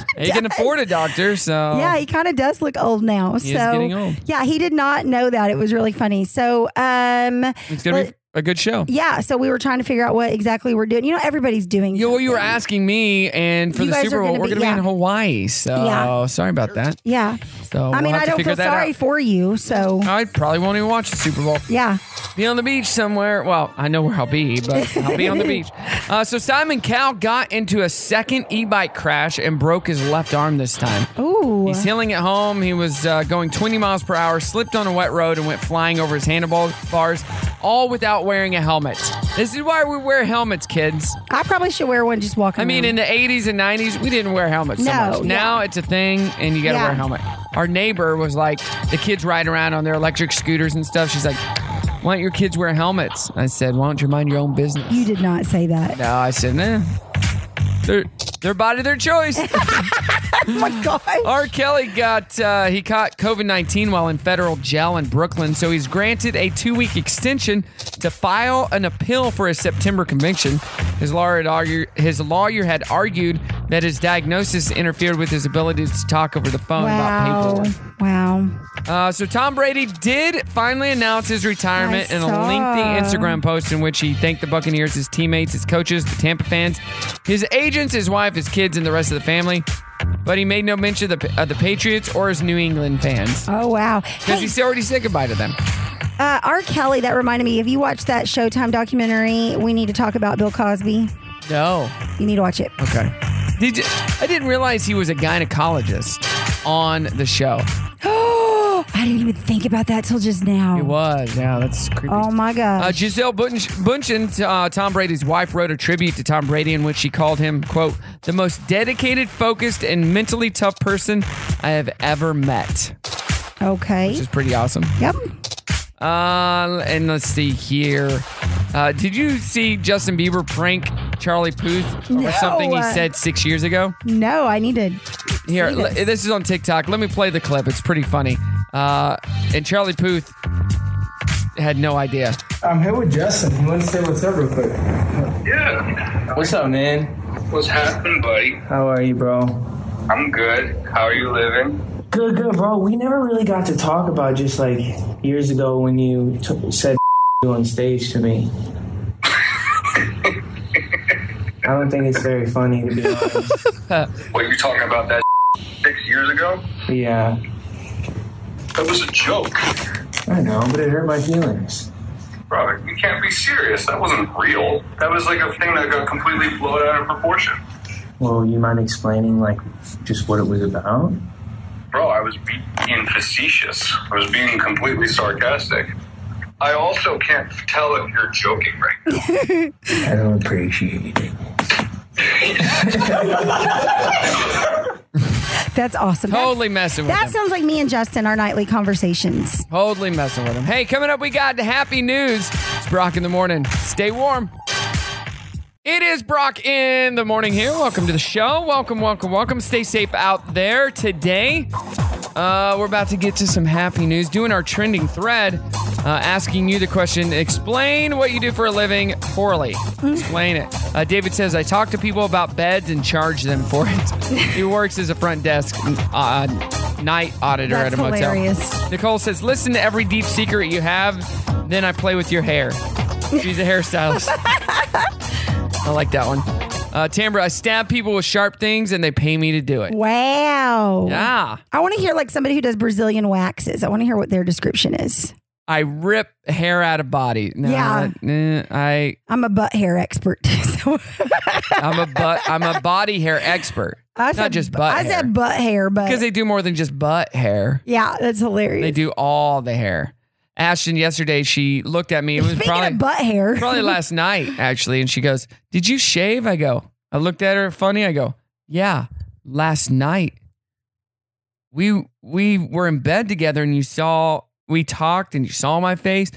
A: He can afford a doctor, so
C: yeah, he kind of does look old now.
A: He is
C: so
A: getting old.
C: yeah, he did not know that. It was really funny. So um,
A: it's going to
C: let-
A: be a good show.
C: yeah. So we were trying to figure out what exactly we're doing. You know, everybody's doing. Yeah,
A: well, you were asking me, and for
C: You
A: the
C: guys
A: Super
C: are
A: Bowl,
C: gonna
A: we're
C: be-
A: going to be
C: yeah.
A: in Hawaii. So
C: Yeah.
A: sorry about that.
C: Yeah.
A: So
C: I
A: Oh, we'll
C: mean,
A: have
C: I
A: to
C: don't
A: figure
C: feel
A: that
C: sorry
A: out.
C: for you. So
A: I probably won't even watch the Super Bowl.
C: yeah.
A: Be on the beach somewhere. Well, I know where I'll be, but I'll be on the beach. Uh, so Simon Cowell got into a second e-bike crash and broke his left arm this time.
C: Ooh.
A: He's healing at home. He was uh, going 20 miles per hour, slipped on a wet road, and went flying over his handlebar bars, all without wearing a helmet. This is why we wear helmets, kids.
C: I probably should wear one just walking.
A: I mean, in
C: around.
A: the 80s and 90s, we didn't wear helmets so
C: No,
A: much.
C: yeah.
A: Now it's a thing, and you got to
C: Yeah.
A: wear a helmet. Our neighbor was like, the kids ride around on their electric scooters and stuff. She's like, why don't your kids wear helmets? I said, why don't you mind your own business?
C: you did not say that.
A: No, I said, nah. Their, their body, their choice.
C: my God.
A: R. Kelly got, uh, he caught COVID 19 while in federal jail in Brooklyn, so he's granted a two week extension to file an appeal for his September conviction. His lawyer, had argue, his lawyer had argued that his diagnosis interfered with his ability to talk over the phone about
C: Wow.
A: paperwork.
C: Wow.
A: Uh, so Tom Brady did finally announce his retirement
C: I
A: in a
C: saw.
A: lengthy Instagram post in which he thanked the Buccaneers, his teammates, his coaches, the Tampa fans, his agents, his wife, his kids, and the rest of the family. But he made no mention of the, of the Patriots or his New England fans
C: Oh wow.
A: because he's already said goodbye to them.
C: Uh, R. Kelly, that reminded me. If you watched that Showtime documentary, we need to talk about Bill Cosby.
A: No.
C: You need to watch it.
A: Okay. Did
C: Oh.
A: you, I didn't realize he was a gynecologist on the show.
C: I I didn't even think about that till just now. It
A: was. Yeah, that's creepy.
C: Oh my god.
A: Uh, Giselle Bunch, Bunchen, uh, Tom Brady's wife, wrote a tribute to Tom Brady in which she called him, quote, the most dedicated, focused, and mentally tough person I have ever met,
C: Okay.
A: which is pretty awesome.
C: Yep.
A: Uh, and let's see here. Uh, did you see Justin Bieber prank Charlie Puth over
C: No.
A: something he said six years ago?
C: No, I need to.
A: Here,
C: see
A: le-
C: this.
A: this is on TikTok. Let me play the clip. It's pretty funny. Uh, and Charlie Puth had no idea.
L: I'm here with Justin. He wants to say what's up real quick.
M: Yeah.
L: What's up, man?
M: What's happening, buddy?
L: How are you, bro?
M: I'm good. How are you living?
L: Good, good, bro. We never really got to talk about just like years ago when you t- said on stage to me. I don't think it's very funny to be honest.
M: What you talking about that six years ago?
L: yeah,
M: That was a joke.
L: I know, but it hurt my feelings.
M: Robert, you can't be serious. That wasn't real. That was like a thing that got completely blown out of proportion.
L: Well, you mind explaining like just what it was about?
M: Bro, I was be- being facetious. I was being completely sarcastic. I also can't tell if you're joking right
L: I don't appreciate it.
C: That's awesome.
A: Totally messing with
C: that
A: him.
C: sounds like me and Justin, our nightly conversations.
A: Totally messing with him. Hey, coming up, we got the happy news. It's Brock in the morning. Stay warm. It is Brock in the morning here. Welcome to the show. Welcome, welcome, welcome. Stay safe out there today. Uh, we're about to get to some happy news. Doing our trending thread, uh, asking you the question explain what you do for a living poorly. Explain it. Uh, David says, I talk to people about beds and charge them for it. he works as a front desk uh, night auditor
C: That's
A: at a motel.
C: hilarious.
A: Nicole says, Listen to every deep secret you have, then I play with your hair. She's a hairstylist. I like that one. Uh, Tambra, I stab people with sharp things and they pay me to do it. Ah,
C: Wow.
A: Yeah.
C: I want to hear like somebody who does Brazilian waxes. I want to hear what their description is.
A: I rip hair out of body. No,
C: Yeah.
A: that- eh, I
C: I'm a butt hair expert. So
A: I'm a butt I'm a body hair expert.
C: I
A: Not
C: said-
A: just butt
C: I
A: hair.
C: said butt hair, but
A: because they do more than just butt hair.
C: yeah, that's hilarious.
A: They do all the hair. Ashton yesterday she looked at me. It was
C: Speaking
A: probably
C: of butt hair,
A: probably last night actually, and she goes, "Did you shave?" I go. I looked at her funny. I go, "Yeah, last night we we were in bed together, and you saw we talked, and you saw my face.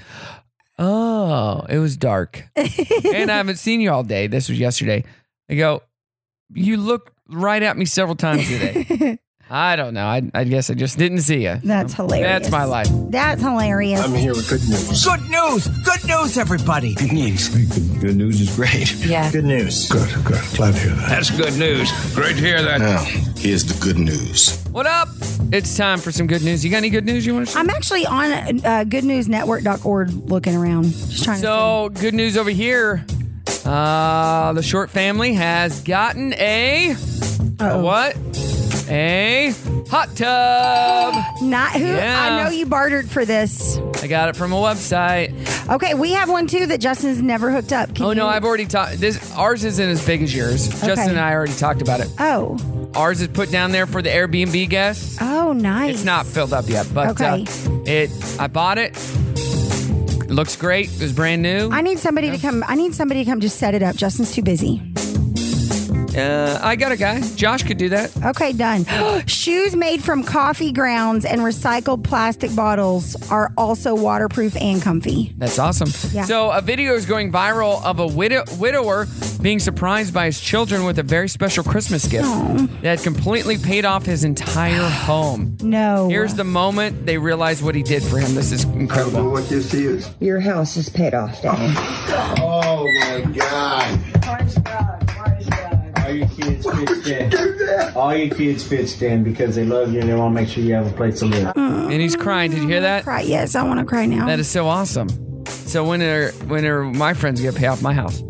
A: Oh, it was dark, and I haven't seen you all day. This was yesterday. I go, you looked right at me several times today. I don't know. I, I guess I just didn't see you.
C: That's hilarious.
A: That's my life.
C: That's hilarious.
H: with good news.
B: Good news! Good news, everybody!
H: Good news. Good news is great.
K: Yeah.
H: Good news. Good, good. Glad to hear that. That's good news. Great to hear that. Now, here's the good news.
A: What up? It's time for some good news. You got any good news you want to share?
C: I'm actually on uh, goodnewsnetwork.org looking around. Just trying to
A: So, good news over here. Uh, the short family has gotten a, a what? A hot tub.
C: Not who
A: Yeah.
C: I know you bartered for this.
A: I got it from a website.
C: Okay, we have one too that Justin's never hooked up. Can
A: Oh no,
C: you-
A: I've already talked. This ours isn't as big as yours. Justin and I already talked about it.
C: Oh,
A: Ours is put down there for the Airbnb guests.
C: oh, nice.
A: It's not filled up yet, but uh,
C: Okay.
A: it. I bought it. It Looks great. It was brand new.
C: I need somebody to come. I need somebody to come just set it up. Justin's too busy.
A: Uh, I got a guy. Josh could do that.
C: Okay, done. Shoes made from coffee grounds and recycled plastic bottles are also waterproof and comfy.
A: That's awesome.
C: Yeah.
A: So a video is going viral of a widow- widower being surprised by his children with a very special Christmas gift that completely paid off his entire home.
C: No.
A: Here's the moment they realize what he did for him. This is incredible.
H: What this is?
N: Your house is paid off, Daddy.
H: Oh my God!
L: All your kids fit stand. All your kids fit stand because they love you and they want to make sure you have a place to live.
A: And he's crying. Did you hear that?
C: Cry. Yes, I want to cry now.
A: That is so awesome. So when are when are my friends gonna pay off my house?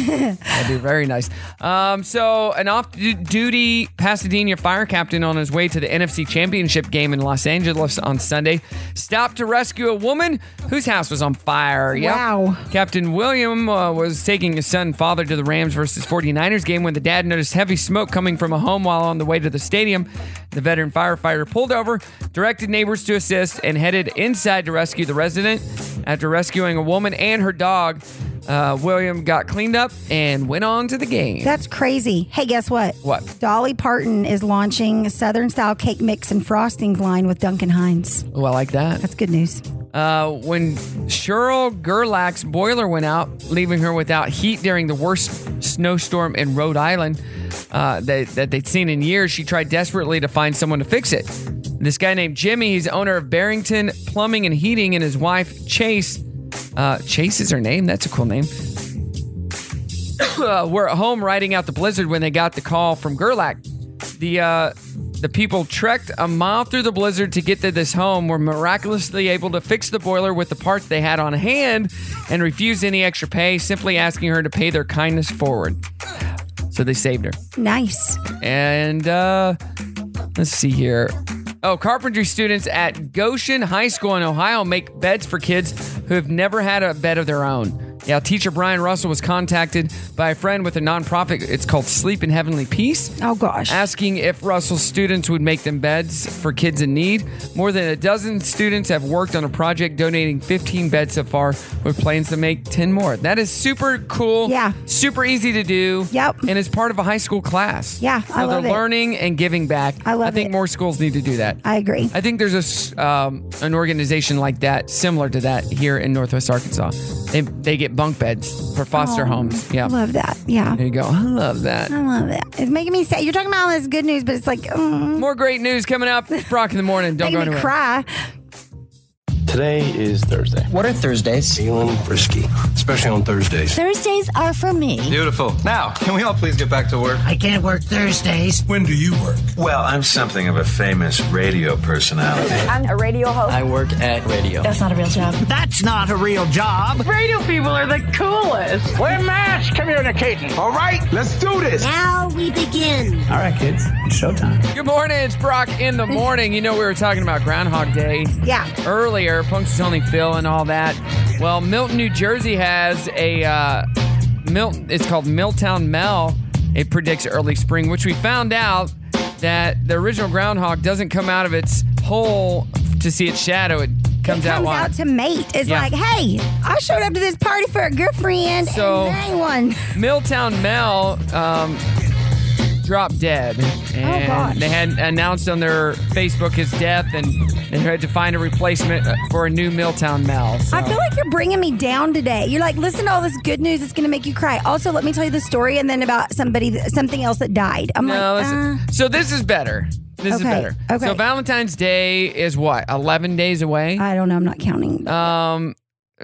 A: That'd be very nice. Um, so, an off du- duty Pasadena fire captain on his way to the NFC Championship game in Los Angeles on Sunday stopped to rescue a woman whose house was on fire.
C: Wow.
A: Captain William uh, was taking his son and father to the Rams versus 49ers game when the dad noticed heavy smoke coming from a home while on the way to the stadium. The veteran firefighter pulled over, directed neighbors to assist, and headed inside to rescue the resident. After rescuing a woman and her dog, uh, William got cleaned up and went on to the game.
C: That's crazy. Hey, guess what?
A: What?
C: Dolly Parton is launching a Southern style cake mix and frostings line with Duncan Hines.
A: Oh, I like that.
C: That's good news.
A: Uh, when Cheryl Gerlach's boiler went out, leaving her without heat during the worst snowstorm in Rhode Island uh, that, that they'd seen in years, she tried desperately to find someone to fix it. This guy named Jimmy, he's owner of Barrington Plumbing and Heating, and his wife, Chase. Uh, Chase is her name. That's a cool name. uh, were at home riding out the blizzard when they got the call from Gerlach. The uh, the people trekked a mile through the blizzard to get to this home. Were miraculously able to fix the boiler with the parts they had on hand, and refused any extra pay, simply asking her to pay their kindness forward. So they saved her.
C: Nice.
A: And uh, let's see here. Oh, carpentry students at Goshen High School in Ohio make beds for kids who have never had a bed of their own. Now, teacher Brian Russell was contacted by a friend with a nonprofit. It's called Sleep in Heavenly Peace.
C: Oh, gosh.
A: Asking if Russell's students would make them beds for kids in need. More than a dozen students have worked on a project donating 15 beds so far with plans to make 10 more. That is super cool. Yeah. Super easy to do. Yep. And it's part of a high school class.
C: Yeah, I
A: so
C: love
A: they're
C: it.
A: learning and giving back. I love I think more schools need to do that.
C: I agree.
A: I think there's a s- um, an organization like that, similar to that here in Northwest Arkansas. They, they get bunk beds for foster
C: Oh,
A: homes. Yeah,
C: I love that. Yeah.
A: There you go. I love that.
C: I love that. It's making me sad. You're talking about all this good news, but it's like, mm,
A: More great news coming up. Brock in the morning. Don't go
C: making me
A: anywhere.
C: cry.
J: Today is Thursday. What are Thursdays? Feeling frisky, especially on Thursdays.
O: Thursdays are for me.
J: Beautiful. Now, can we all please get back to work?
O: I can't work Thursdays.
J: When do you work? Well, I'm something of a famous radio personality.
O: I'm a radio host.
J: I work at radio.
O: That's not a real job. That's not a real job. Radio people are the coolest. We're mass communicating. All right, let's do this. Now we begin.
J: All right, kids, it's showtime.
A: Good morning. It's Brock in the morning. You know, we were talking about Groundhog Day.
C: Yeah.
A: Earlier, Punk's Tony Phil and all that. Well, Milton, New Jersey has a uh, Milton. It's called Milltown Mel. It predicts early spring, which we found out that the original groundhog doesn't come out of its hole to see its shadow. It comes, out
C: Comes
A: wide.
C: out to mate. It's
A: Yeah.
C: like, hey, I showed up to this party for a girlfriend
A: So-
C: and they one.
A: Milltown Mel um, dropped dead. And
C: Oh, gosh.
A: They had announced on their Facebook his death, and they had to find a replacement uh, for a new Milltown Mel. So-
C: I feel like you're bringing me down today. You're like, listen to all this good news. It's going to make you cry. Also, let me tell you the story and then about somebody, that, something else that died. I'm
A: No,
C: like, uh,
A: listen. so this is better. This is
C: Okay,
A: better.
C: okay.
A: So Valentine's Day is what? Eleven days away.
C: I don't know. I'm not counting.
A: Um.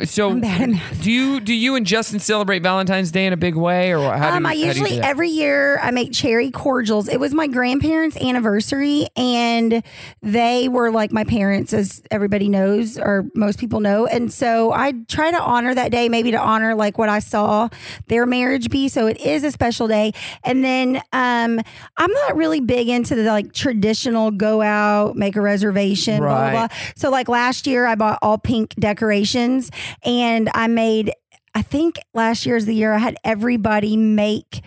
A: So do you do you and Justin celebrate Valentine's Day in a big way, or how do
C: um,
A: you,
C: I
A: how do you do
C: usually
A: that?
C: every year I make cherry cordials. It was my grandparents' anniversary, and they were like my parents, as everybody knows or most people know. And so I try to honor that day, maybe to honor like what I saw their marriage be. So it is a special day. And then um, I'm not really big into the like traditional go out, make a reservation, blah blah
A: Right.
C: blah. So like last year I bought all pink decorations, and I made. I think last year's the year I had everybody make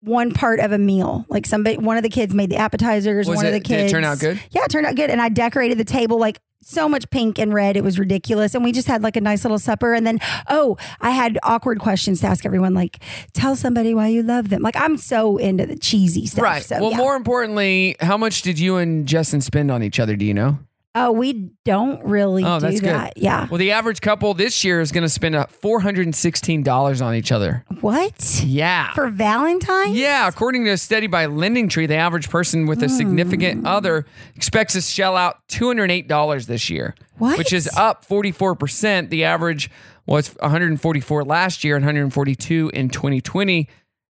C: one part of a meal. Like somebody, one of the kids made the appetizers.
A: Was
C: one of
A: it-
C: the
A: did it
C: kids.
A: turn out good?
C: Yeah, it turned out good. And I decorated the table like so much pink and red. It was ridiculous. And we just had like a nice little supper. And then, oh, I had awkward questions to ask everyone. Like, tell somebody why you love them. Like, I'm so into the cheesy stuff.
A: Right.
C: So,
A: well,
C: yeah.
A: more importantly, how much did you and Justin spend on each other? Do you know?
C: oh, we don't really
A: Oh,
C: do
A: that's
C: that.
A: good.
C: Yeah.
A: Well, the average couple this year is going to spend uh, $416 on each other.
C: What?
A: Yeah.
C: For Valentine's?
A: Yeah, according to a study by Lending Tree, the average person with a
C: Hmm.
A: significant other expects to shell out $208 this year,
C: What?
A: which is up 44%. The average was 144 last year and 142 in 2020,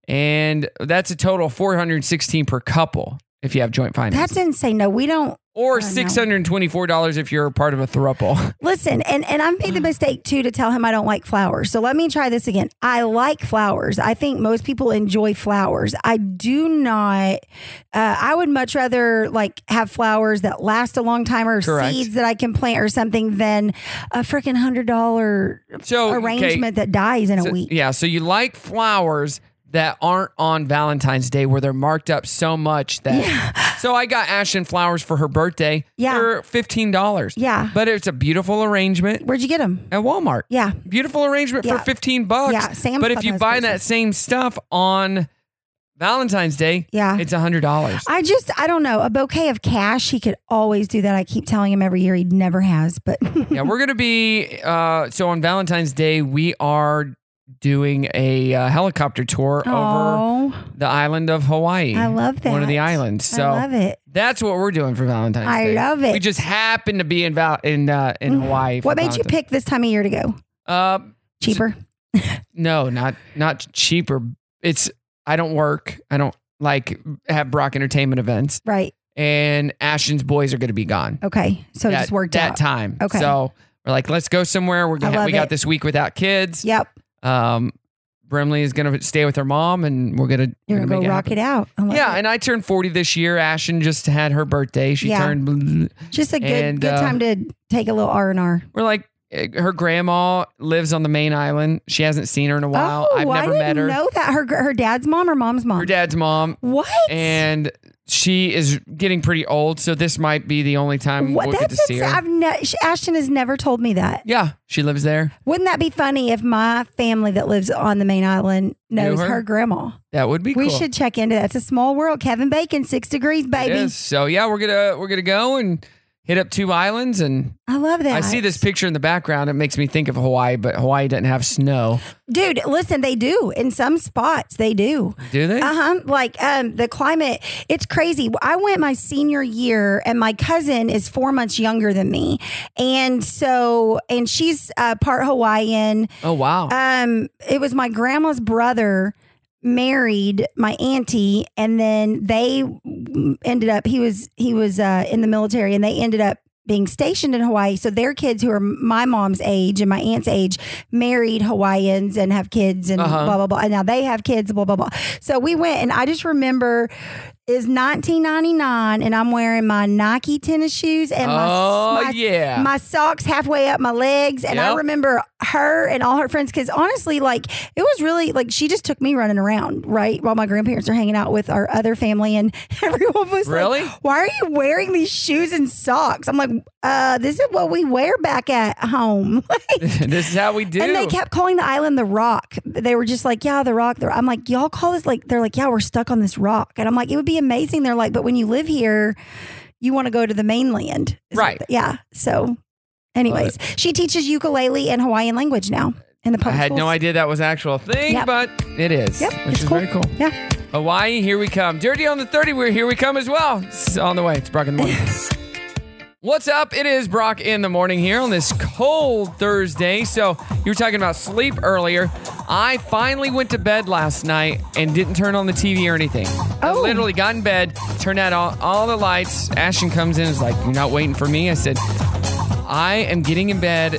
A: and that's a total of 416 per couple if you have joint finances.
C: That's insane. No, we don't.
A: or six hundred and twenty-four dollars if you're a part of a throuple.
C: Listen, and, and I've
A: Mm.
C: made the mistake too to tell him I don't like flowers. So let me try this again. I like flowers. I think most people enjoy flowers. I do not, uh, I would much rather like have flowers that last a long time or
A: Correct.
C: seeds that I can plant or something than a freaking $100
A: So, Oh, okay.
C: arrangement that dies in a
A: So-
C: week.
A: Yeah, so you like flowers that aren't on Valentine's Day where they're marked up so much that so I got Ashton flowers for her birthday. Yeah. They're fifteen dollars.
C: Yeah.
A: But it's a beautiful arrangement.
C: Where'd you get them?
A: At Walmart.
C: Yeah.
A: Beautiful arrangement
C: Yeah.
A: for fifteen bucks.
C: Yeah, Sam's
A: But
C: Club
A: if you
C: has
A: buy
C: those.
A: that same stuff on Valentine's Day,
C: yeah.
A: it's a hundred dollars.
C: I just, I don't know. A bouquet of cash, he could always do that. I keep telling him every year he never has, but
A: yeah, we're gonna be uh, so on Valentine's Day we are doing a uh, helicopter tour
C: Oh.
A: over the island of Hawaii.
C: I love
A: One of the
C: that.
A: islands.
C: I
A: So
C: love it.
A: That's what we're doing for Valentine's
C: I
A: Day.
C: love it. Mm-hmm.
A: We just happen to be in Val- in uh, in Hawaii. for
C: what made you
A: Valentine's-
C: pick this time of year to go?
A: Uh,
C: Cheaper.
A: no, not not cheaper. It's I don't work. I don't like have Brock Entertainment events.
C: Right.
A: And Ashton's boys are going to be gone.
C: Okay. So it
A: that,
C: just worked
A: that
C: out.
A: time.
C: Okay.
A: So we're like, let's go somewhere. We're
C: I
A: gonna
C: love
A: we got
C: it.
A: this week without kids.
C: Yep.
A: Um, Brimley is gonna stay with her mom, and we're gonna
C: You're
A: we're
C: going to
A: make
C: go rock
A: happen.
C: it out. I love
A: Yeah, and I turned 40 this year. Ashton just had her birthday. She
C: Yeah.
A: turned
C: Just a good,
A: And,
C: good
A: uh,
C: time to take a little R and R.
A: We're like, eh, her grandma lives on the main island. She hasn't seen her in a while. I've
C: Oh, I
A: never
C: didn't
A: met her.
C: Know that her her dad's mom or mom's mom?
A: Her dad's mom.
C: What?
A: And she is getting pretty old, so this might be the only time
C: What?
A: we'll get to
C: That's
A: see her.
C: insane. I've ne- sh- Ashton has never told me that.
A: yeah, she lives there.
C: Wouldn't that be funny if my family that lives on the main island
A: Knew
C: knows
A: her?
C: her? grandma?
A: That would be
C: we
A: cool.
C: should check into that. It's a small world. Kevin Bacon, six degrees,
A: It
C: baby.
A: is. So yeah, we're gonna we're gonna go and hit up two islands and.
C: I love that.
A: I see this picture in the background. It makes me think of Hawaii, but Hawaii doesn't have snow.
C: Dude, listen, they do in some spots. They do.
A: Do they?
C: Uh huh. Like um, the climate, it's crazy. I went my senior year, and my cousin is four months younger than me, and so and she's uh, part Hawaiian.
A: Oh wow.
C: Um, it was my grandma's brother married my auntie, and then they ended up. He was he was uh, in the military, and they ended up being stationed in Hawaii. So their kids, who are my mom's age and my aunt's age, married Hawaiians and have kids, and
P: Uh-huh.
C: blah blah blah. And now they have kids, blah blah blah. So we went, and I just remember. Is 1999 and I'm wearing my Nike tennis shoes and my,
A: Oh,
C: my-
A: yeah.
C: my socks halfway up my legs and I
A: Yep.
C: remember her and all her friends because honestly, like it was really like she just took me running around, right? While my grandparents are hanging out with our other family, and everyone was
A: Really?
C: like, "Why are you wearing these shoes and socks?" I'm like, "Uh, this is what we wear back at home."
A: this is how we do.
C: And they kept calling the island the rock. They were just like, yeah, the rock. The rock." I'm like, y'all call this like, they're like, yeah, we're stuck on this rock. And I'm like, it would be amazing. They're like, but when you live here, you want to go to the mainland. Is what
A: Right.
C: the- yeah. So, anyways, she teaches ukulele and Hawaiian language now in the
A: I
C: public
A: had
C: schools.
A: no idea that was an actual thing,
C: Yep.
A: but it is,
C: Yep,
A: which is very cool.
C: Yeah.
A: Hawaii, here we come. Dirty on the 30, we're here we come as well. It's on the way. It's Brock in the morning. What's up? It is Brock in the morning here on this cold Thursday. So, you were talking about sleep earlier. I finally went to bed last night and didn't turn on the TV or anything. I
C: Oh.
A: literally got in bed, turned out all, all the lights. Ashton comes in and is like, You're not waiting for me? I said, I am getting in bed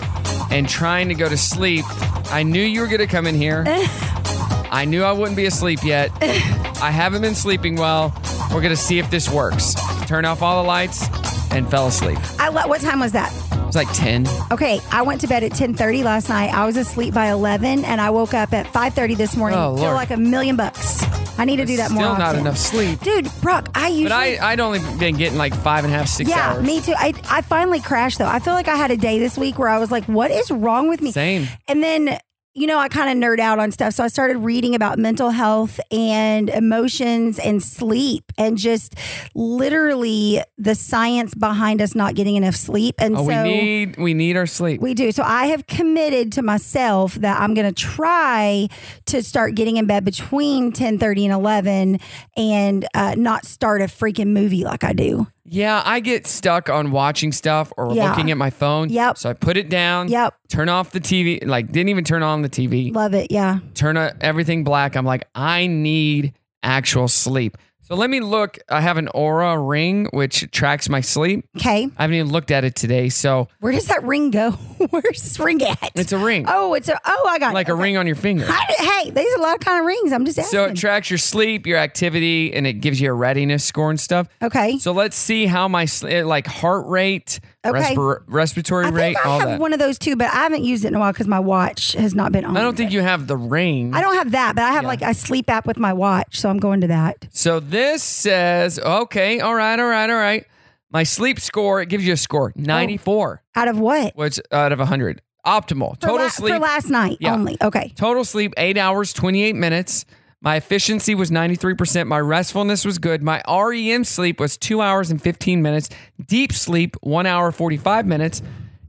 A: and trying to go to sleep. I knew you were going to come in here. I knew I wouldn't be asleep yet. I haven't been sleeping well. We're going to see if this works. Turn off all the lights and fell asleep.
C: I lo- what time was that?
A: It was like 10.
C: Okay, I went to bed at 10:30 last night. I was asleep by 11 and I woke up at 5:30 this morning.
A: Oh,
C: Feel
A: Lord.
C: like a million bucks. I need to do that
A: Still
C: more
A: not
C: often.
A: enough sleep.
C: Dude, Brock, I usually
A: But I, I'd only been getting like five and a half, six
C: yeah,
A: hours.
C: me too. I, I finally crashed though. I feel like I had a day this week where I was like, what is wrong with me?
A: Same.
C: And then, you know, I kind of nerd out on stuff. So I started reading about mental health and emotions and sleep and just literally the science behind us not getting enough sleep. And
A: Oh,
C: so
A: we need we need our sleep.
C: we do. So I have committed to myself that I'm going to try to start getting in bed between 1030 and 11 and uh, not start a freaking movie like I do.
A: Yeah, I get stuck on watching stuff or
C: Yeah.
A: looking at my phone.
C: Yep.
A: So I put it down.
C: Yep.
A: Turn off the TV. Like didn't even turn on the TV.
C: Love it. Yeah.
A: Turn uh, everything black. I'm like, I need actual sleep. So So let me look. I have an Aura ring which tracks my sleep.
C: Okay.
A: I haven't even looked at it today. So
C: Where does that ring go? Where's this ring at?
A: It's a ring.
C: Oh, it's a. Oh, I got it.
A: like a ring on your finger.
C: I did- hey, there's a lot of kind of rings. I'm just asking.
A: So it tracks your sleep, your activity, and it gives you a readiness score and stuff.
C: Okay.
A: So let's see how my sl- eh, like heart rate,
C: Okay.
A: respir- respiratory rate,
C: I
A: all
C: have
A: that.
C: one of those too, but I haven't used it in a while because my watch has not been on.
A: I don't think you have the ring.
C: I don't have that, but I have
A: Yeah.
C: like a sleep app with my watch, so I'm going to that.
A: So this says, okay, all right, all right, all right. My sleep score, it gives you a
C: Oh.
A: score 94,
C: Out of what?
A: which out of 100. Optimal.
C: For
A: Total
C: la-
A: sleep.
C: for last night
A: Yeah.
C: only. Okay.
A: Total sleep, eight hours, 28 minutes. My efficiency was 93%. My restfulness was good. My REM sleep was two hours and 15 minutes. Deep sleep, one hour, 45 minutes.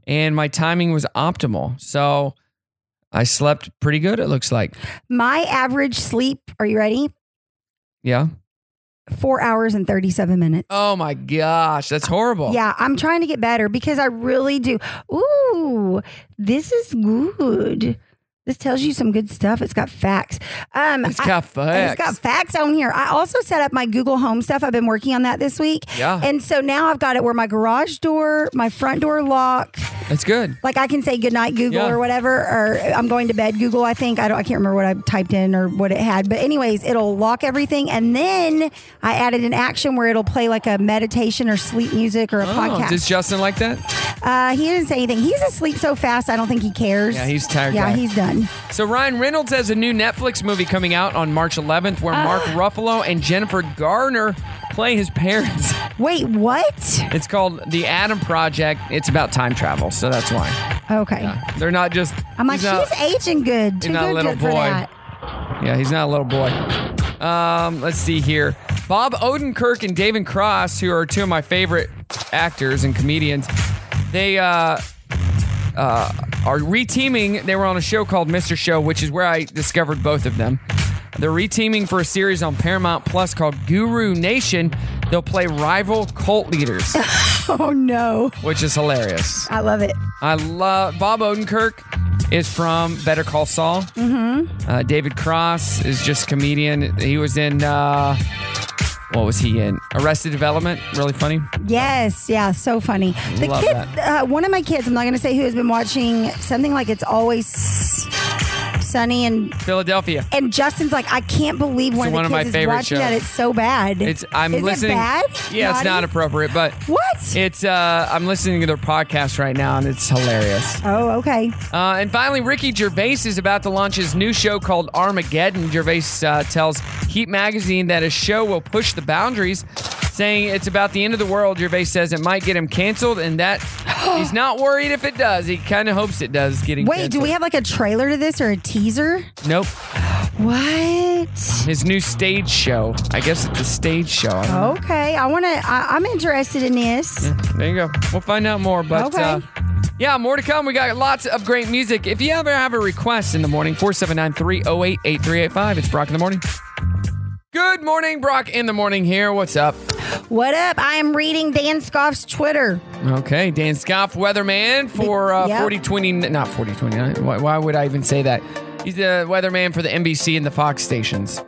A: And my timing was optimal. So I slept pretty good, it looks like.
C: My average sleep. Are you ready?
A: Yeah.
C: Four hours and thirty-seven minutes.
A: Oh my gosh, that's horrible.
C: Yeah, I'm trying to get better because I really do. Ooh, this is good. This tells you some good stuff. It's got facts. Um,
A: It's got
C: It's got
A: facts.
C: facts on here. I also set up my Google Home stuff. I've been working on that this week.
A: Yeah.
C: And so now I've got it where my garage door, my front door lock,
A: That's good.
C: like I can say goodnight Google
A: Yeah.
C: or whatever, or I'm going to bed Google. I think I don't. I can't remember what I typed in or what it had, but anyways, it'll lock everything. And then I added an action where it'll play like a meditation or sleep music or a
A: Oh,
C: podcast.
A: does Justin like that?
C: uh, he didn't say anything. He's asleep so fast. I don't think he cares.
A: Yeah, he's tired
C: Yeah,
A: guy.
C: he's done.
A: So Ryan Reynolds has a new Netflix movie coming out on March 11th
C: Ah.
A: where Mark Ruffalo and Jennifer Garner play his parents.
C: Wait, what?
A: It's called The Adam Project. It's about time travel, so that's why.
C: Okay.
A: Yeah. They're not just
C: I'm like,
A: he's not-
C: she's aging good.
A: he's
C: Too
A: not a
C: good,
A: little
C: good for
A: boy.
C: that.
A: Yeah, he's not a little boy. Um, let's see here. Bob Odenkirk and David Cross, who are two of my favorite actors and comedians, they uh, uh, are reteaming. They were on a show called Mr. Show, which is where I discovered both of them. They're reteaming for a series on Paramount Plus called Guru Nation. They'll play rival cult leaders,
C: Oh no,
A: which is hilarious.
C: I love it.
A: I love Bob Odenkirk is from Better Call Saul.
C: Mm-hmm.
A: Uh, David Cross is just comedian. He was in uh, what was he in? Arrested Development. Really funny.
C: Yes, yeah, so funny. The
A: Love
C: kid, uh, one of my kids, I'm not going to say who, has been watching something like it's always sunny and
A: Philadelphia.
C: and Justin's like, I can't believe
A: It's
C: one of the
A: one of
C: kids
A: my
C: is
A: favorite
C: watching that.
A: shows.
C: It's so bad.
A: It's I'm
C: Is
A: listening.
C: It bad?
A: Yeah, it's not
C: Naughty?
A: appropriate, but
C: what?
A: It's uh, I'm listening to their podcast right now, and it's hilarious.
C: Oh, okay.
A: Uh, and finally, Ricky Gervais is about to launch his new show called Armageddon. Gervais uh, tells Heat Magazine that his show will push the boundaries, saying it's about the end of the world. Gervais says it might get him canceled, and that he's not worried if it does. He kind of hopes it does. Getting
C: Wait, do
A: canceled.
C: we have like a trailer to this or a teaser?
A: Nope.
C: What?
A: His new stage show. I guess it's a stage show. I don't know.
C: Okay, I want to. I'm interested in this.
A: There you go. We'll find out more. But
C: Okay.
A: uh, yeah, more to come. We got lots of great music. If you ever have a request in the morning, 479 308 8385. It's Brock in the morning. Good morning, Brock in the morning here. What's up?
C: What up? I am reading Dan Scoff's Twitter.
A: Okay, Dan Scoff, weatherman for uh,
C: Yep.
A: 4020, not 4029. Why, why would I even say that? He's the weatherman for the NBC and the Fox stations.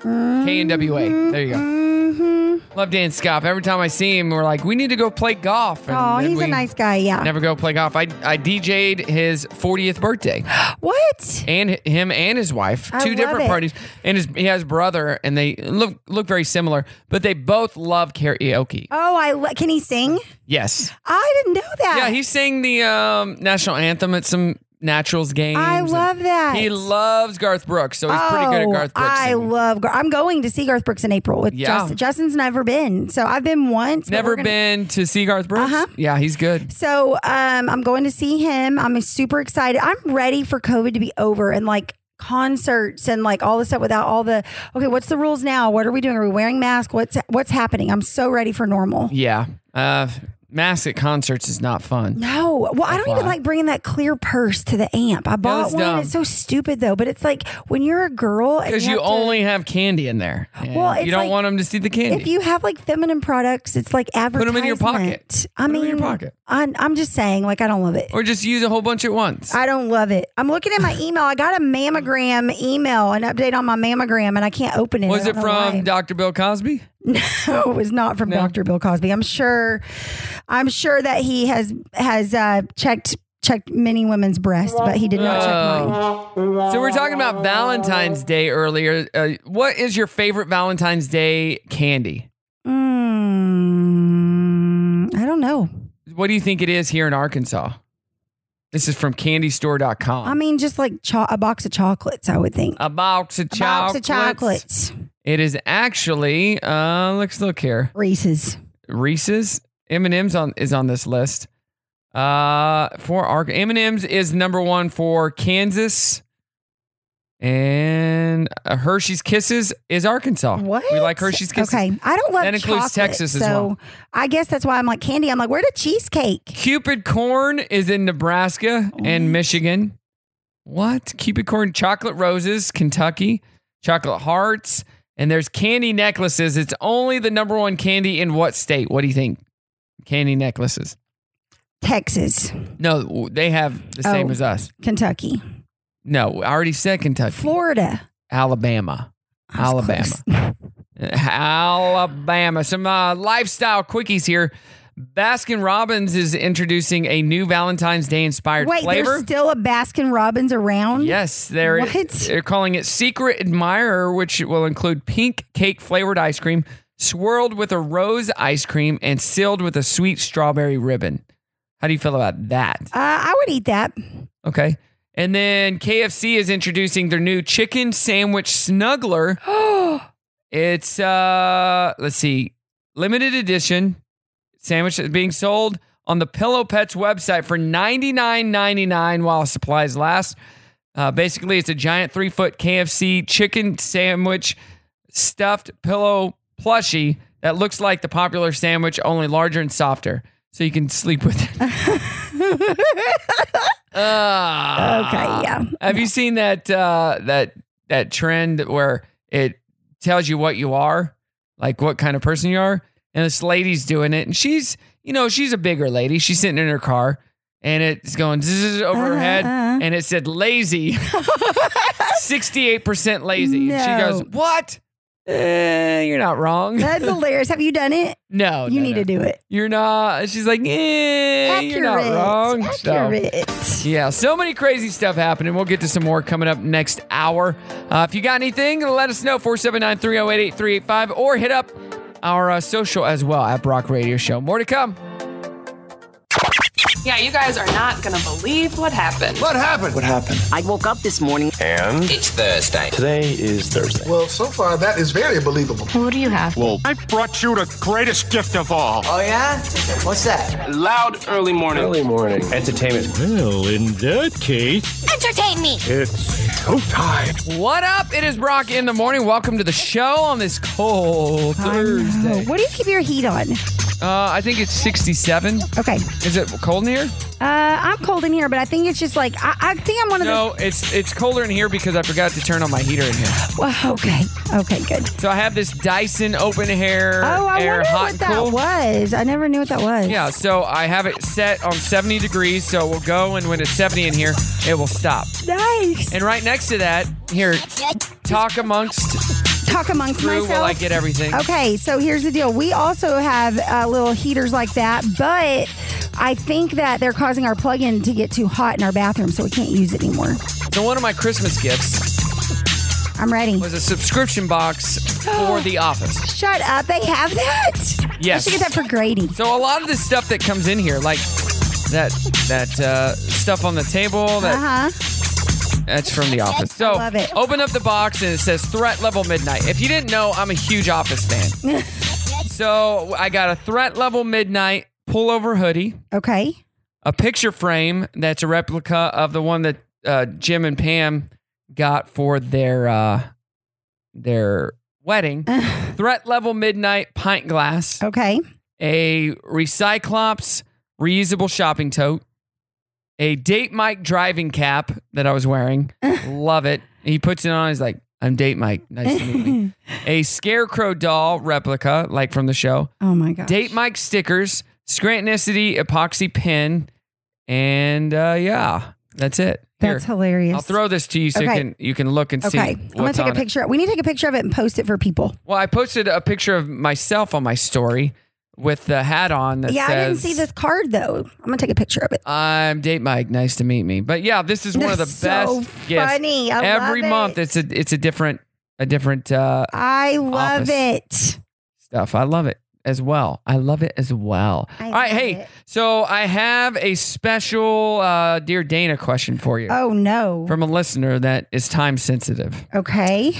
A: KNWA. There you go.
C: Mm-hmm.
A: Love Dan Scoff. Every time I see him, we're like, we need to go play golf. And
C: Oh,
A: then
C: he's a
A: we-
C: nice guy. Yeah.
A: Never go play golf. I I DJ'd his 40th birthday.
C: What?
A: And h- him and his wife,
C: I
A: two
C: love
A: different
C: it.
A: parties. And his he has brother, and they look look very similar, but they both love karaoke.
C: Oh, I lo- can he sing?
A: Yes.
C: I didn't know that.
A: Yeah, he sang the um, national anthem at some Naturals games.
C: I
A: and
C: love that.
A: He loves Garth Brooks, so he's pretty good at
C: Oh,
A: Garth Brooks.
C: I
A: singing.
C: love. Gar- I'm going to see Garth Brooks in April with
A: Yeah.
C: Justin. Justin's never been, so I've been once. but
A: Never
C: we're gonna- Uh-huh.
A: been to see Garth Brooks? Yeah, he's good.
C: So um, I'm going to see him. I'm super excited. I'm ready for COVID to be over and like concerts and like all this stuff without all the. Okay, what's the rules now? What are we doing? Are we wearing masks? What's what's happening? I'm so ready for normal.
A: Yeah. Uh, mask at concerts is not fun.
C: No, well, I don't even
A: why.
C: like bringing that clear purse to the amp. I bought
A: that's
C: one.
A: dumb.
C: It's so stupid though, but it's like when you're a girl and
A: Because you,
C: have to-
A: only have candy in there. and
C: Well, it's
A: you don't
C: like-
A: want them to see the candy.
C: If you have like feminine products, it's like advertisement.
A: 'em in your pocket. Put
C: I
A: 'em
C: mean,
A: in your pocket.
C: I'm, I'm just saying, like, I don't love it.
A: or just use a whole bunch at once.
C: I don't love it. I'm looking at my email. I got a mammogram email, an update on my mammogram, and I can't open it. I
A: Was
C: don't
A: it
C: know
A: from
C: why.
A: Dr. Bill Cosby?
C: No, it was not from Dr. Bill Cosby. I'm sure I'm sure that he has has uh checked checked many women's breasts, but he did not check mine.
A: Oh. So we're talking about Valentine's Day earlier. Uh, what is your favorite Valentine's Day candy?
C: Mm, I don't know.
A: What do you think it is here in Arkansas? This is from candystore.com.
C: I mean, just like cho- a box of chocolates, I would think.
A: A box of
C: A
A: chocolates.
C: box of chocolates.
A: It is actually uh let's look here.
C: Reese's.
A: Reese's. M&M's on is on this list. Uh for Ark M&M's is number 1 for Kansas. And uh, Hershey's Kisses is Arkansas.
C: What?
A: Oh, We like Hershey's Kisses.
C: Okay. I don't love
A: That includes
C: chocolate,
A: Texas as
C: so
A: well.
C: I guess that's why I'm like candy. I'm like, where did cheesecake?
A: Cupid corn is in Nebraska and Michigan. What? Cupid corn, chocolate roses, Kentucky, chocolate hearts, and there's candy necklaces. It's only the number one candy in what state? What do you think? Candy necklaces.
C: Texas,
A: No, they have the same
C: Oh.
A: as us.
C: Kentucky,
A: No, I already said Kentucky.
C: Florida.
A: Alabama. Alabama. Alabama. Some uh, lifestyle quickies here. Baskin Robbins is introducing a new Valentine's Day inspired
C: Wait,
A: flavor.
C: there's still a Baskin Robbins around?
A: Yes, they're
C: What?
A: they're calling it Secret Admirer, which will include pink cake flavored ice cream, swirled with a rose ice cream, and sealed with a sweet strawberry ribbon. How do you feel about that?
C: Uh, I would eat that.
A: Okay. And then KFC is introducing their new chicken sandwich snuggler. it's uh let's see, limited edition sandwich that's being sold on the Pillow Pets website for $99.99 while supplies last. Uh, basically, it's a giant three foot KFC chicken sandwich stuffed pillow plushie that looks like the popular sandwich, only larger and softer. So you can sleep with it. Ah.
C: Okay, yeah.
A: Have you seen that uh, that that trend where it tells you what you are, like what kind of person you are? And this lady's doing it, and she's you know she's a bigger lady. She's sitting in her car, and it's going zzz over her head,
C: Uh-huh.
A: and it said lazy, sixty eight percent lazy. And she
C: No.
A: goes, "What? Eh, you're not wrong.
C: That's hilarious. Have you done it?
A: no,
C: you
A: Oh, no,
C: need
A: no.
C: to do it.
A: You're not." She's like, "Eh, you're not
C: Accurate.
A: wrong." So-
C: Accurate.
A: yeah, so many crazy stuff happening. We'll get to some more coming up next hour. Uh, if you got anything, let us know 479 308 8385 or hit up our uh, social as well at Brock Radio Show. More to come.
P: Yeah, you guys are not gonna believe what happened. What happened?
J: What happened?
P: I woke up this morning.
J: And
P: It's Thursday.
J: today is Thursday. Well, so far that is very believable.
P: What do you have?
J: Well,
Q: I brought you the greatest gift of all.
O: Oh, yeah? What's that?
Q: Loud early morning. Early morning. Entertainment. Well, in that case,
I: Entertain me.
Q: it's showtime.
A: What up? It is Brock in the morning. Welcome to the show on this cold Thursday.
C: What do you keep your heat on?
A: Uh, I think it's 67.
C: Okay.
A: Is it cold in here?
C: Uh, I'm cold in here, but I think it's just like I, I think I'm one of
A: No, it's it's colder in here because I forgot to turn on my heater in here.
C: those. Well, okay, okay, good.
A: So I have this Dyson open hair
C: Oh, I
A: air
C: wondered
A: hot
C: what
A: and
C: that
A: cool.
C: was. I never knew what that was.
A: Yeah, so I have it set on 70 degrees, so we'll go, and when it's 70 in here, it will stop.
C: Nice.
A: And right next to that, here, talk amongst
C: Talk amongst
A: crew
C: myself. Oh.
A: while I get everything.
C: Okay, so here's the deal. We also have uh, little heaters like that, but I think that they're causing our plug-in to get too hot in our bathroom, so we can't use it anymore.
A: So one of my Christmas gifts
C: I'm ready.
A: was a subscription box for The Office.
C: Shut up. They have that?
A: Yes.
C: I should get that for Grady.
A: So a lot of the stuff that comes in here, like that that uh, stuff on the table, that
C: Uh huh.
A: That's from The Office. So
C: love it.
A: open up the box and it says threat level midnight. If you didn't know, I'm a huge Office fan. so I got a threat level midnight pullover hoodie,
C: Okay.
A: a picture frame that's a replica of the one that uh, Jim and Pam got for their uh, their wedding. threat level midnight pint glass,
C: Okay.
A: a Recyclops reusable shopping tote, a date Mike driving cap that I was wearing. Love it. He puts it on. He's like, I'm date Mike. Nice to meet you. A scarecrow doll replica, like from the show.
C: Oh my god.
A: Date Mike stickers, Scrantonicity epoxy pen, and uh, yeah, That's it. Here,
C: That's hilarious.
A: I'll throw this to you so
C: Okay.
A: you can you can look and see.
C: Okay, I'm gonna
A: what's
C: take a
A: on it.
C: picture. We need to take a picture of it and post it for people.
A: Well, I posted a picture of myself on my story with the hat on that
C: yeah,
A: says
C: I didn't see this card though. I'm gonna take a picture of it.
A: I'm Date Mike. Nice to meet me. But yeah, this is one of the
C: That's
A: best
C: so
A: gifts.
C: funny. I
A: Every
C: love
A: month, it's a it's a different a different uh,
C: I love
A: Office.
C: it.
A: stuff. I love it as well. I love it as well. All right, hey. So I have a special uh, dear Dana question for you
C: Oh no.
A: from a listener that is time sensitive.
C: Okay.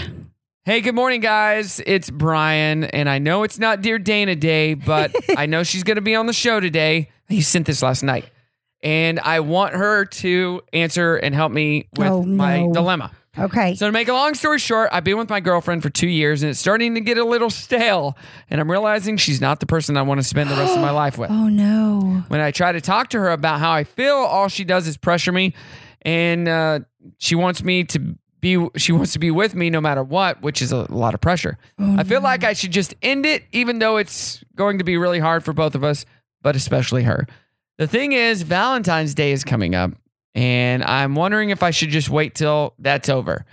A: Hey, good morning, guys. It's Brian, and I know it's not Dear Dana Day, but I know she's going to be on the show today. He sent this last night, and I want her to answer and help me with
C: Oh,
A: my
C: no.
A: dilemma.
C: Okay.
A: So, to make a long story short, I've been with my girlfriend for two years, and it's starting to get a little stale, and I'm realizing she's not the person I want to spend the rest of my life with.
C: Oh no.
A: When I try to talk to her about how I feel, all she does is pressure me, and uh, she wants me to be. She wants to be with me no matter what, which is a lot of pressure.
C: Oh,
A: I feel like I should just end it, even though it's going to be really hard for both of us, but especially her. The thing is, Valentine's Day is coming up, and I'm wondering if I should just wait till that's over.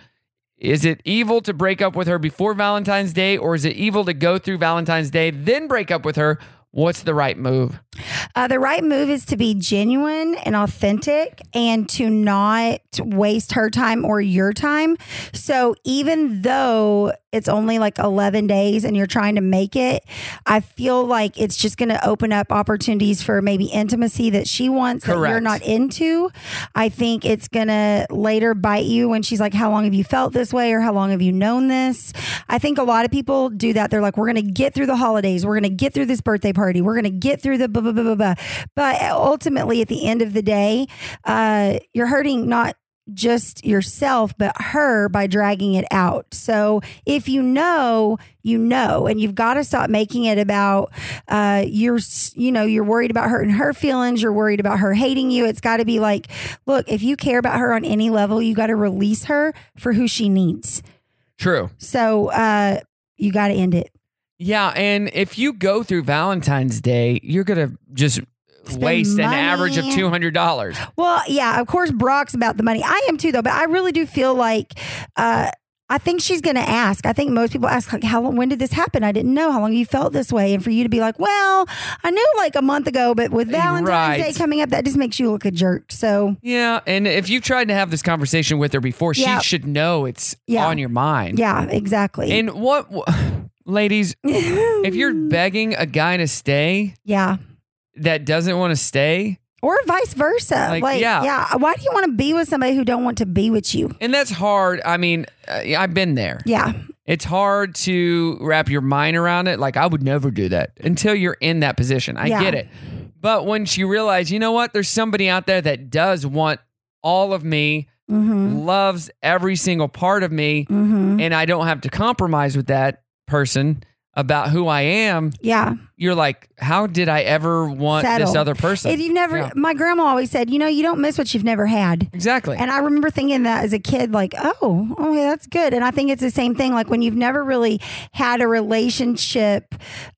A: Is it evil to break up with her before Valentine's Day, or is it evil to go through Valentine's Day, then break up with her? What's the right move?
C: Uh, the right move is to be genuine and authentic and to not waste her time or your time. So, even though it's only like 11 days and you're trying to make it, I feel like it's just going to open up opportunities for maybe intimacy that she wants that you're
A: Correct.
C: not into. I think it's going to later bite you when she's like, How long have you felt this way? or How long have you known this? I think a lot of people do that. They're like, We're going to get through the holidays. We're going to get through this birthday party. We're going to get through the blah, blah, blah, blah, blah. But ultimately, at the end of the day, uh, you're hurting not just yourself, but her by dragging it out. So if you know, you know, and you've got to stop making it about uh, you're, s- you know, you're worried about hurting her feelings. You're worried about her hating you. It's got to be like, look, if you care about her on any level, you got to release her for who she needs.
A: True.
C: So uh, you got to end it.
A: Yeah, and if you go through Valentine's Day, you're gonna just waste an
C: money.
A: average of two hundred dollars.
C: Well, yeah, of course, Brock's about the money. I am too, though. But I really do feel like uh, I think she's going to ask. I think most people ask, like, how long? When did this happen? I didn't know. How long you felt this way? And for you to be like, well, I knew like a month ago, but with Valentine's Day
A: Right.
C: coming up, that just makes you look a jerk. So
A: Yeah, and if you tried to have this conversation with her before, she
C: Yeah.
A: should know it's
C: Yeah.
A: on your mind.
C: yeah, exactly.
A: And what, ladies, if you're begging a guy to stay
C: yeah.
A: that doesn't want to stay,
C: Or vice versa.
A: Like,
C: Like,
A: yeah.
C: yeah. Why do you want to be with somebody who don't want to be with you?
A: and that's hard. I mean, uh, I've been there.
C: Yeah.
A: It's hard to wrap your mind around it. Like, I would never do that until you're in that position. I
C: Yeah.
A: get it. But once you realize, you know what? There's somebody out there that does want all of me,
C: Mm-hmm.
A: loves every single part of me, and I don't have to compromise with that person about who I am.
C: Yeah.
A: You're like, how did I ever want this
C: Settle.
A: other person?
C: If you've never,
A: Yeah.
C: my grandma always said, you know, you don't miss what you've never had.
A: Exactly.
C: And I remember thinking that as a kid, like, oh, okay, that's good. And I think it's the same thing. Like when you've never really had a relationship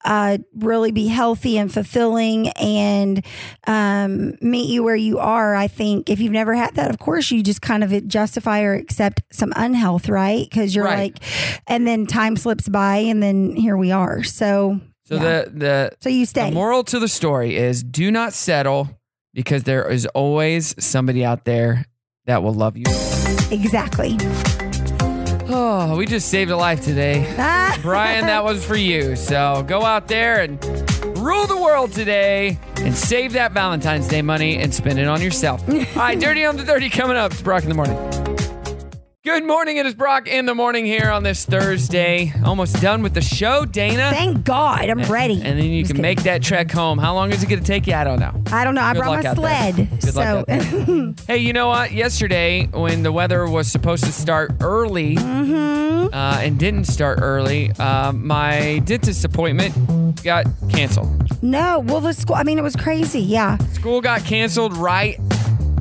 C: uh, really be healthy and fulfilling and um, meet you where you are, I think if you've never had that, of course, you just kind of justify or accept some unhealth, right? Because you're
A: Right.
C: like, and then time slips by and then here we are. So,
A: So the the
C: So you stay.
A: The moral to the story is do not settle because there is always somebody out there that will love you.
C: exactly.
A: Oh, we just saved a life today. Brian, that was for you. So go out there and rule the world today and save that Valentine's Day money and spend it on yourself. All right, Dirty on the Dirty coming up. It's Brock in the morning. Good morning. It is Brock in the morning here on this Thursday. Almost done with the show, Dana.
C: Thank God. I'm ready.
A: And then you can make that trek home. How long is it going to take you? I don't know.
C: I don't know. I
A: Good
C: brought
A: luck
C: my
A: out there.
C: sled.
A: Good luck
C: so
A: out Hey, you know what? Yesterday, when the weather was supposed to start early
C: Mm-hmm.
A: uh, and didn't start early, uh, my dentist appointment got canceled.
C: no, well the school I mean it was crazy. Yeah.
A: School got canceled right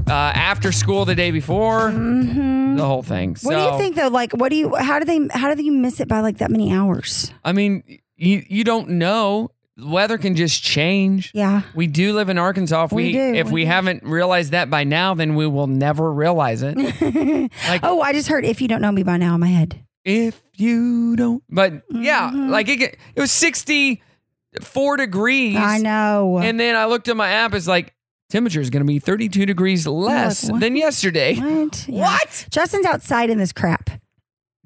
A: uh, after school the day before. The whole thing.
C: Mm-hmm. What do
A: So,
C: you think though? Like what do you how do they how do you miss it by like that many hours?
A: I mean, you you don't know. weather can just change.
C: Yeah.
A: We do live in Arkansas. If we,
C: We do, Mm-hmm.
A: if we,
C: we do.
A: haven't realized that by now, then we will never realize it.
C: oh, I just heard if you don't know me by now in my head.
A: If you don't. But yeah,
C: Mm-hmm.
A: like it, get- it was 64 degrees.
C: I know.
A: And then I looked at my app. It's like temperature is going to be 32 degrees less
C: what?
A: than yesterday.
C: What? What? Justin's outside in this crap.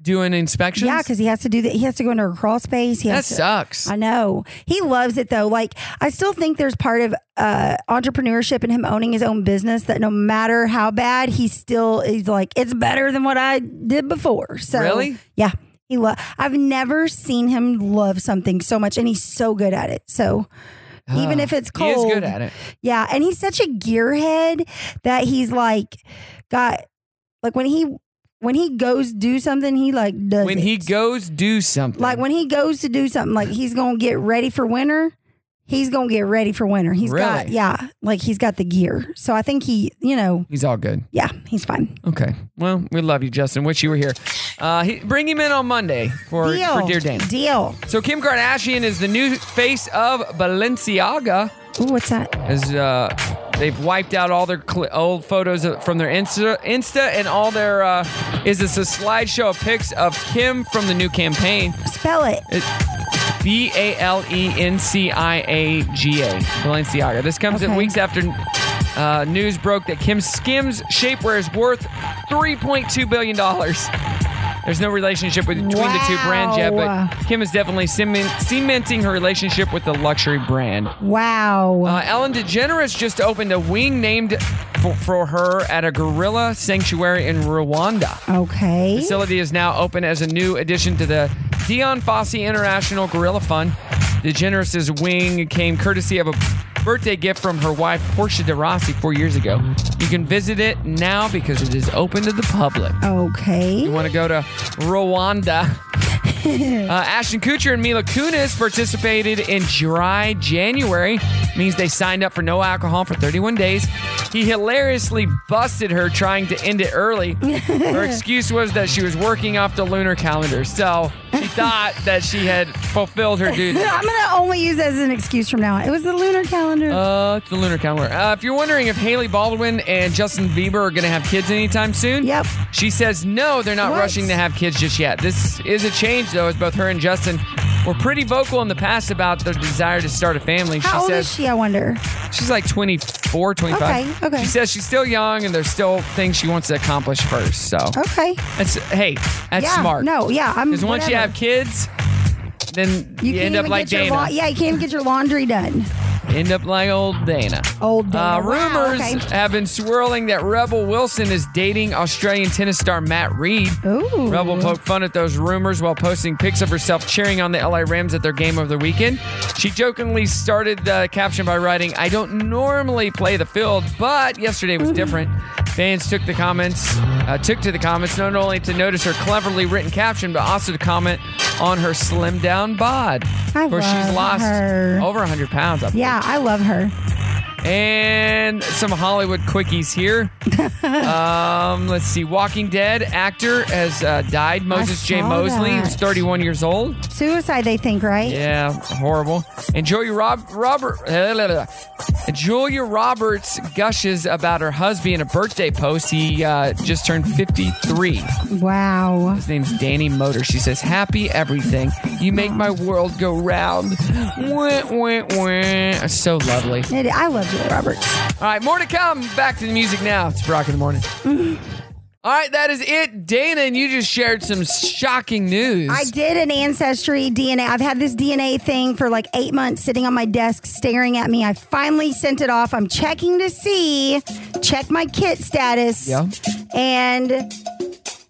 A: Doing inspections.
C: Yeah, because he has to do that. He has to go into a crawl space. He
A: That
C: has to-
A: sucks.
C: I know. He loves it though. Like I still think there's part of uh, entrepreneurship and him owning his own business that no matter how bad, he still is like it's better than what I did before. So
A: Really?
C: yeah. He lo- I've never seen him love something so much, and he's so good at it. So. Even
A: Ah,
C: if it's
A: he is
C: cold,
A: good at it.
C: Yeah, and he's such a gearhead that he's like got like when he when he goes do something, he like does
A: when
C: it.
A: he goes do something.
C: Like when he goes to do something, like he's gonna get ready for winter. He's gonna get ready for winter. He's got
A: Really?
C: yeah, like he's got the gear. So I think he, you know,
A: He's all good.
C: yeah, he's fine.
A: Okay. Well, we love you, Justin. Wish you were here. Uh, he, bring him in on Monday for,
C: Deal.
A: for Dear Dan.
C: Deal.
A: So Kim Kardashian is the new face of Balenciaga.
C: Ooh, what's that?
A: As uh, they've wiped out all their cl- old photos of- from their Insta, Insta, and all their uh, is this a slideshow of pics of Kim from the new campaign.
C: Spell it.
A: It- B A L E N C I A G A. Balenciaga. This comes in weeks after uh, news broke that Kim Skim's shapewear is worth $3.2 billion. There's no relationship with- between the two brands yet, but Kim is definitely cemen- cementing her relationship with the luxury brand.
C: Wow.
A: Uh, Ellen DeGeneres just opened a wing named for, for her at a gorilla sanctuary in Rwanda.
C: okay.
A: The facility is now open as a new addition to the Dion Fossey International Gorilla Fund. DeGeneres' wing came courtesy of a birthday gift from her wife, Portia de Rossi, four years ago. You can visit it now because it is open to the public.
C: Okay.
A: You want to go to Rwanda. Uh, Ashton Kutcher and Mila Kunis participated in Dry January. Means they signed up for no alcohol for 31 days. He hilariously busted her trying to end it early. her excuse was that she was working off the lunar calendar, so she thought that she had fulfilled her duty.
C: I'm gonna only use that as an excuse from now on. It was the lunar calendar.
A: Uh, it's the lunar calendar. Uh, if you're wondering if Haley Baldwin and Justin Bieber are going to have kids anytime soon,
C: yep.
A: She says no, they're not
C: What?
A: rushing to have kids just yet. This is a change though, as both her and Justin were pretty vocal in the past about their desire to start a family.
C: How
A: she
C: old
A: says
C: is she? I wonder.
A: she's like 24, 25.
C: Okay, okay.
A: She says she's still young and there's still things she wants to accomplish first. So
C: Okay.
A: that's hey, that's
C: Yeah,
A: smart.
C: no, yeah, I'm-
A: Because once you
C: whatever.
A: have kids, then you,
C: can't
A: end up
C: even
A: like
C: get your
A: Dana.
C: la- yeah, you can't even get your laundry done.
A: End up like old Dana.
C: Old Dana.
A: Uh,
C: Wow,
A: rumors
C: okay.
A: have been swirling that Rebel Wilson is dating Australian tennis star Matt Reed.
C: Ooh.
A: Rebel poked fun at those rumors while posting pics of herself cheering on the LA Rams at their game over the weekend. She jokingly started the caption by writing, I don't normally play the field, but yesterday
C: Mm-hmm.
A: was different. Fans took the comments, uh, took to the comments not only to notice her cleverly written caption, but also to comment on her slim down bod,
C: I
A: where she's
C: love
A: lost
C: her.
A: over 100 pounds. I believe.
C: Yeah, I love her.
A: And some Hollywood quickies here. um, let's see. Walking Dead actor has uh, died. Moses J.
C: saw
A: Mosley,
C: that.
A: who's 31 years old.
C: Suicide, they think, right?
A: Yeah, horrible. And Julia Rob Robert and Julia Roberts gushes about her husband in a birthday post. He uh, just turned 53.
C: Wow.
A: His name's Danny Motor. She says, "Happy everything. You make my world go round." Wah, wah, wah. So lovely.
C: It- I love Julia Roberts.
A: All right, more to come. Back to the music now. It's Brock in the morning. All right, that is it, Dana. And you just shared some shocking news.
C: I did an ancestry DNA. I've had this DNA thing for like eight months sitting on my desk staring at me. I finally sent it off. I'm checking to see, check my kit status.
A: Yeah.
C: And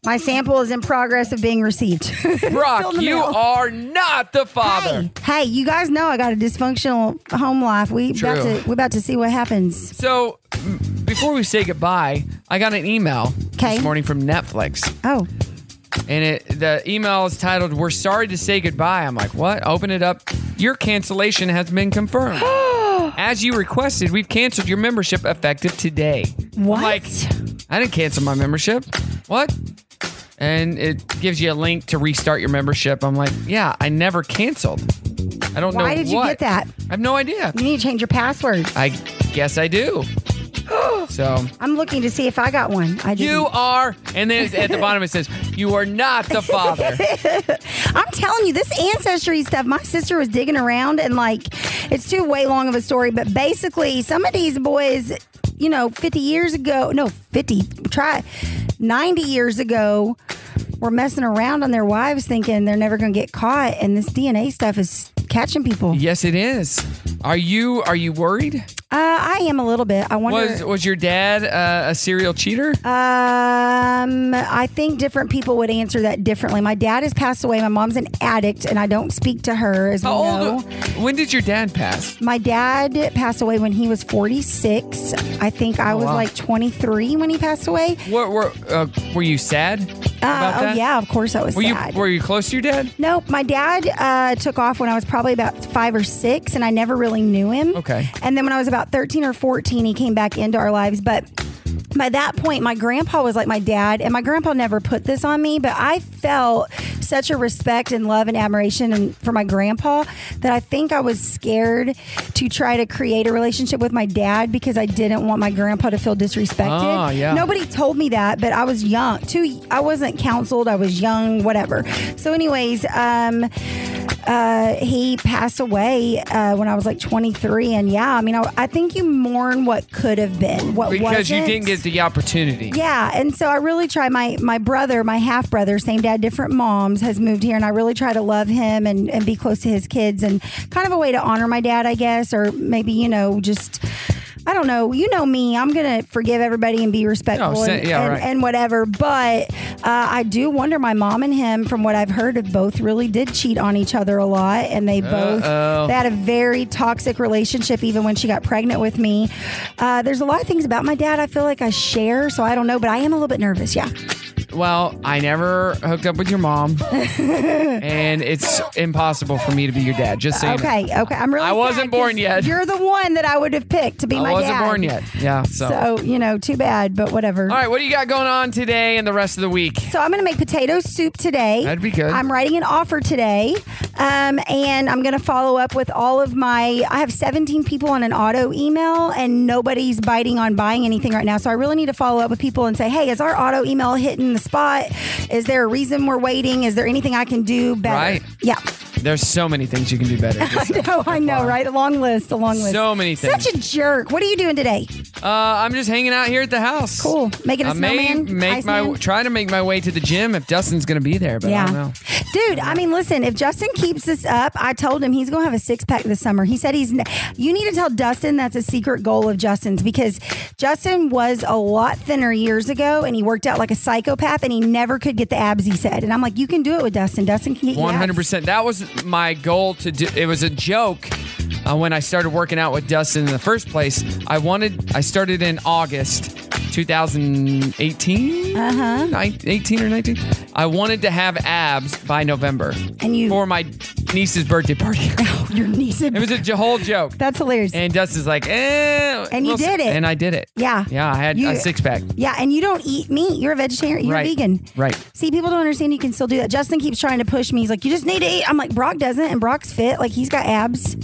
C: my sample is in progress of being received. Still
A: Brock,
C: in the
A: you
C: mail.
A: are not the father.
C: Hey, you guys know I got a dysfunctional home life. We about
A: True.
C: to we about to see what happens.
A: So, m- before we say goodbye, I got an email this morning from Netflix.
C: Oh.
A: And it, the email is titled, We're sorry to say goodbye. I'm like, What? Open it up. Your cancellation has been confirmed. As you requested, we've canceled your membership effective today.
C: What?
A: like, I didn't cancel my membership. What? And it gives you a link to restart your membership. I'm like, Yeah, I never canceled. I don't know
C: Why did you
A: what.
C: get that?
A: I have no idea.
C: You need to change your password.
A: I guess I do. so
C: I'm looking to see if I got one. I
A: you
C: didn't.
A: are, and then it's- at the bottom it says you are not the father.
C: I'm telling you, this ancestry stuff, my sister was digging around and like, it's too way long of a story, but basically, some of these boys, you know, 50 years ago, no, 50, try 90 years ago, were messing around on their wives thinking they're never going to get caught. And this DNA stuff is catching people.
A: yes, it is. Are you are you worried?
C: Uh, I am a little bit. I wonder.
A: Was was your dad uh, a serial cheater?
C: Um, I think different people would answer that differently. My dad has passed away. My mom's an addict, and I don't speak to her as we know.
A: When did your dad pass?
C: My dad passed away when he was 46. I think I
A: Oh,
C: was
A: wow.
C: like 23 when he passed away.
A: What were uh, were you sad about
C: oh,
A: that?
C: yeah, of course I was
A: Were
C: sad.
A: you were you close to your dad?
C: Nope, my dad uh, took off when I was probably about five or six, and I never really knew him.
A: Okay.
C: And then when I was about 13 or 14, he came back into our lives. But by that point, my grandpa was like my dad, and my grandpa never put this on me, but I felt such a respect and love and admiration and for my grandpa that I think I was scared to try to create a relationship with my dad because I didn't want my grandpa to feel disrespected.
A: Ah, yeah.
C: Nobody told me that, but I was young. Too, I wasn't counseled. I was young, whatever. So, anyways, um, uh, he passed away uh, when I was like 23, and yeah, I mean, I, I think you mourn what could have been, what
A: Because
C: wasn't.
A: you didn't get the opportunity.
C: Yeah, and so I really try. My my brother, my half brother, same dad, different moms, has moved here, and I really try to love him and, and be close to his kids, and kind of a way to honor my dad, I guess, or maybe you know just. I don't know. You know me. I'm gonna forgive everybody and be respectful
A: No, say-
C: and,
A: yeah,
C: and,
A: right.
C: and whatever. But uh, I do wonder. My mom and him, from what I've heard, have both really did cheat on each other a lot, and they both
A: Uh-oh.
C: they had a very toxic relationship even when she got pregnant with me. Uh, there's a lot of things about my dad I feel like I share, so I don't know, but I am a little bit nervous. Yeah.
A: Well, I never hooked up with your mom, and it's impossible for me to be your dad. Just so you know.
C: Okay. Okay. I'm really.
A: I
C: sad
A: wasn't born
C: 'cause
A: yet.
C: You're the one that I would have picked to be
A: I
C: my
A: wasn't
C: dad.
A: born yet. Yeah. So.
C: So you know, too bad, but whatever.
A: All right. What do you got going on today and the rest of the week?
C: So I'm going to make potato soup today.
A: That'd be good.
C: I'm writing an offer today, um, and I'm going to follow up with all of my. I have 17 people on an auto email, and nobody's biting on buying anything right now. So I really need to follow up with people and say, "Hey, is our auto email hitting the spot? Is there a reason we're waiting? Is there anything I can do better?"
A: Right.
C: Yeah.
A: There's so many things you can do better. Just-
C: I know. I know. Right. A long list. A long list.
A: So many things.
C: Such a jerk. What are you doing today?
A: uh, I'm just hanging out here at the house.
C: Cool. Making a
A: I may
C: snowman.
A: make my
C: Iceman?
A: try to make my way to the gym if Dustin's going to be there, but I don't know.
C: Dude, I mean, listen, if Justin keeps this up, I told him he's going to have a six pack this summer. He said he's, you need to tell Dustin that's a secret goal of Justin's because Justin was a lot thinner years ago and he worked out like a psychopath and he never could get the abs he said. And I'm like, you can do it with Dustin. Dustin can get you
A: One
C: abs.
A: hundred percent. That was my goal to do. It was a joke uh, when I started working out with Dustin in the first place. I wanted. I started in August, 2018, uh-huh. 18 or 19. I wanted to have abs by November.
C: And you
A: for my niece's birthday party.
C: Oh, Your niece. It
A: was a j- whole joke.
C: That's hilarious.
A: And Dustin's like, eh.
C: And you
A: we'll see."
C: did it.
A: And I did it.
C: Yeah.
A: Yeah. I had
C: You-
A: a six pack.
C: Yeah, and you don't eat meat. You're a vegetarian. You're
A: right.
C: a vegan.
A: Right.
C: See, people don't understand you can still do that. Justin keeps trying to push me. He's like, you just need to eat. I'm like, Brock doesn't, and Brock's fit. Like, he's got abs.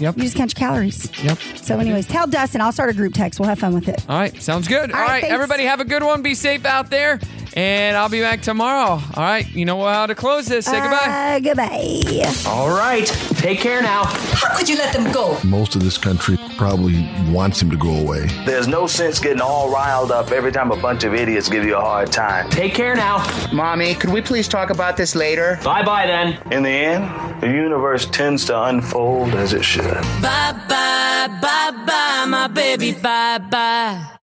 A: Yep.
C: You just count your calories.
A: Yep.
C: So, anyways, tell Dustin. I'll start a group text. We'll have fun with it.
A: All right, sounds good. All
C: right,
A: right,
C: thanks.
A: everybody, have a good one. Be safe out there, and I'll be back tomorrow. All right, you know how to close this. Say goodbye.
C: Uh, goodbye.
J: All right. Take care now.
O: How could you let them go?
H: Most of this country probably wants him to go away.
J: There's no sense getting all riled up every time a bunch of idiots give you a hard time. Take care now.
O: Mommy, could we please talk about this later?
J: Bye bye then. In the end, the universe tends to unfold as it should.
B: Bye bye, bye bye, my baby, bye bye.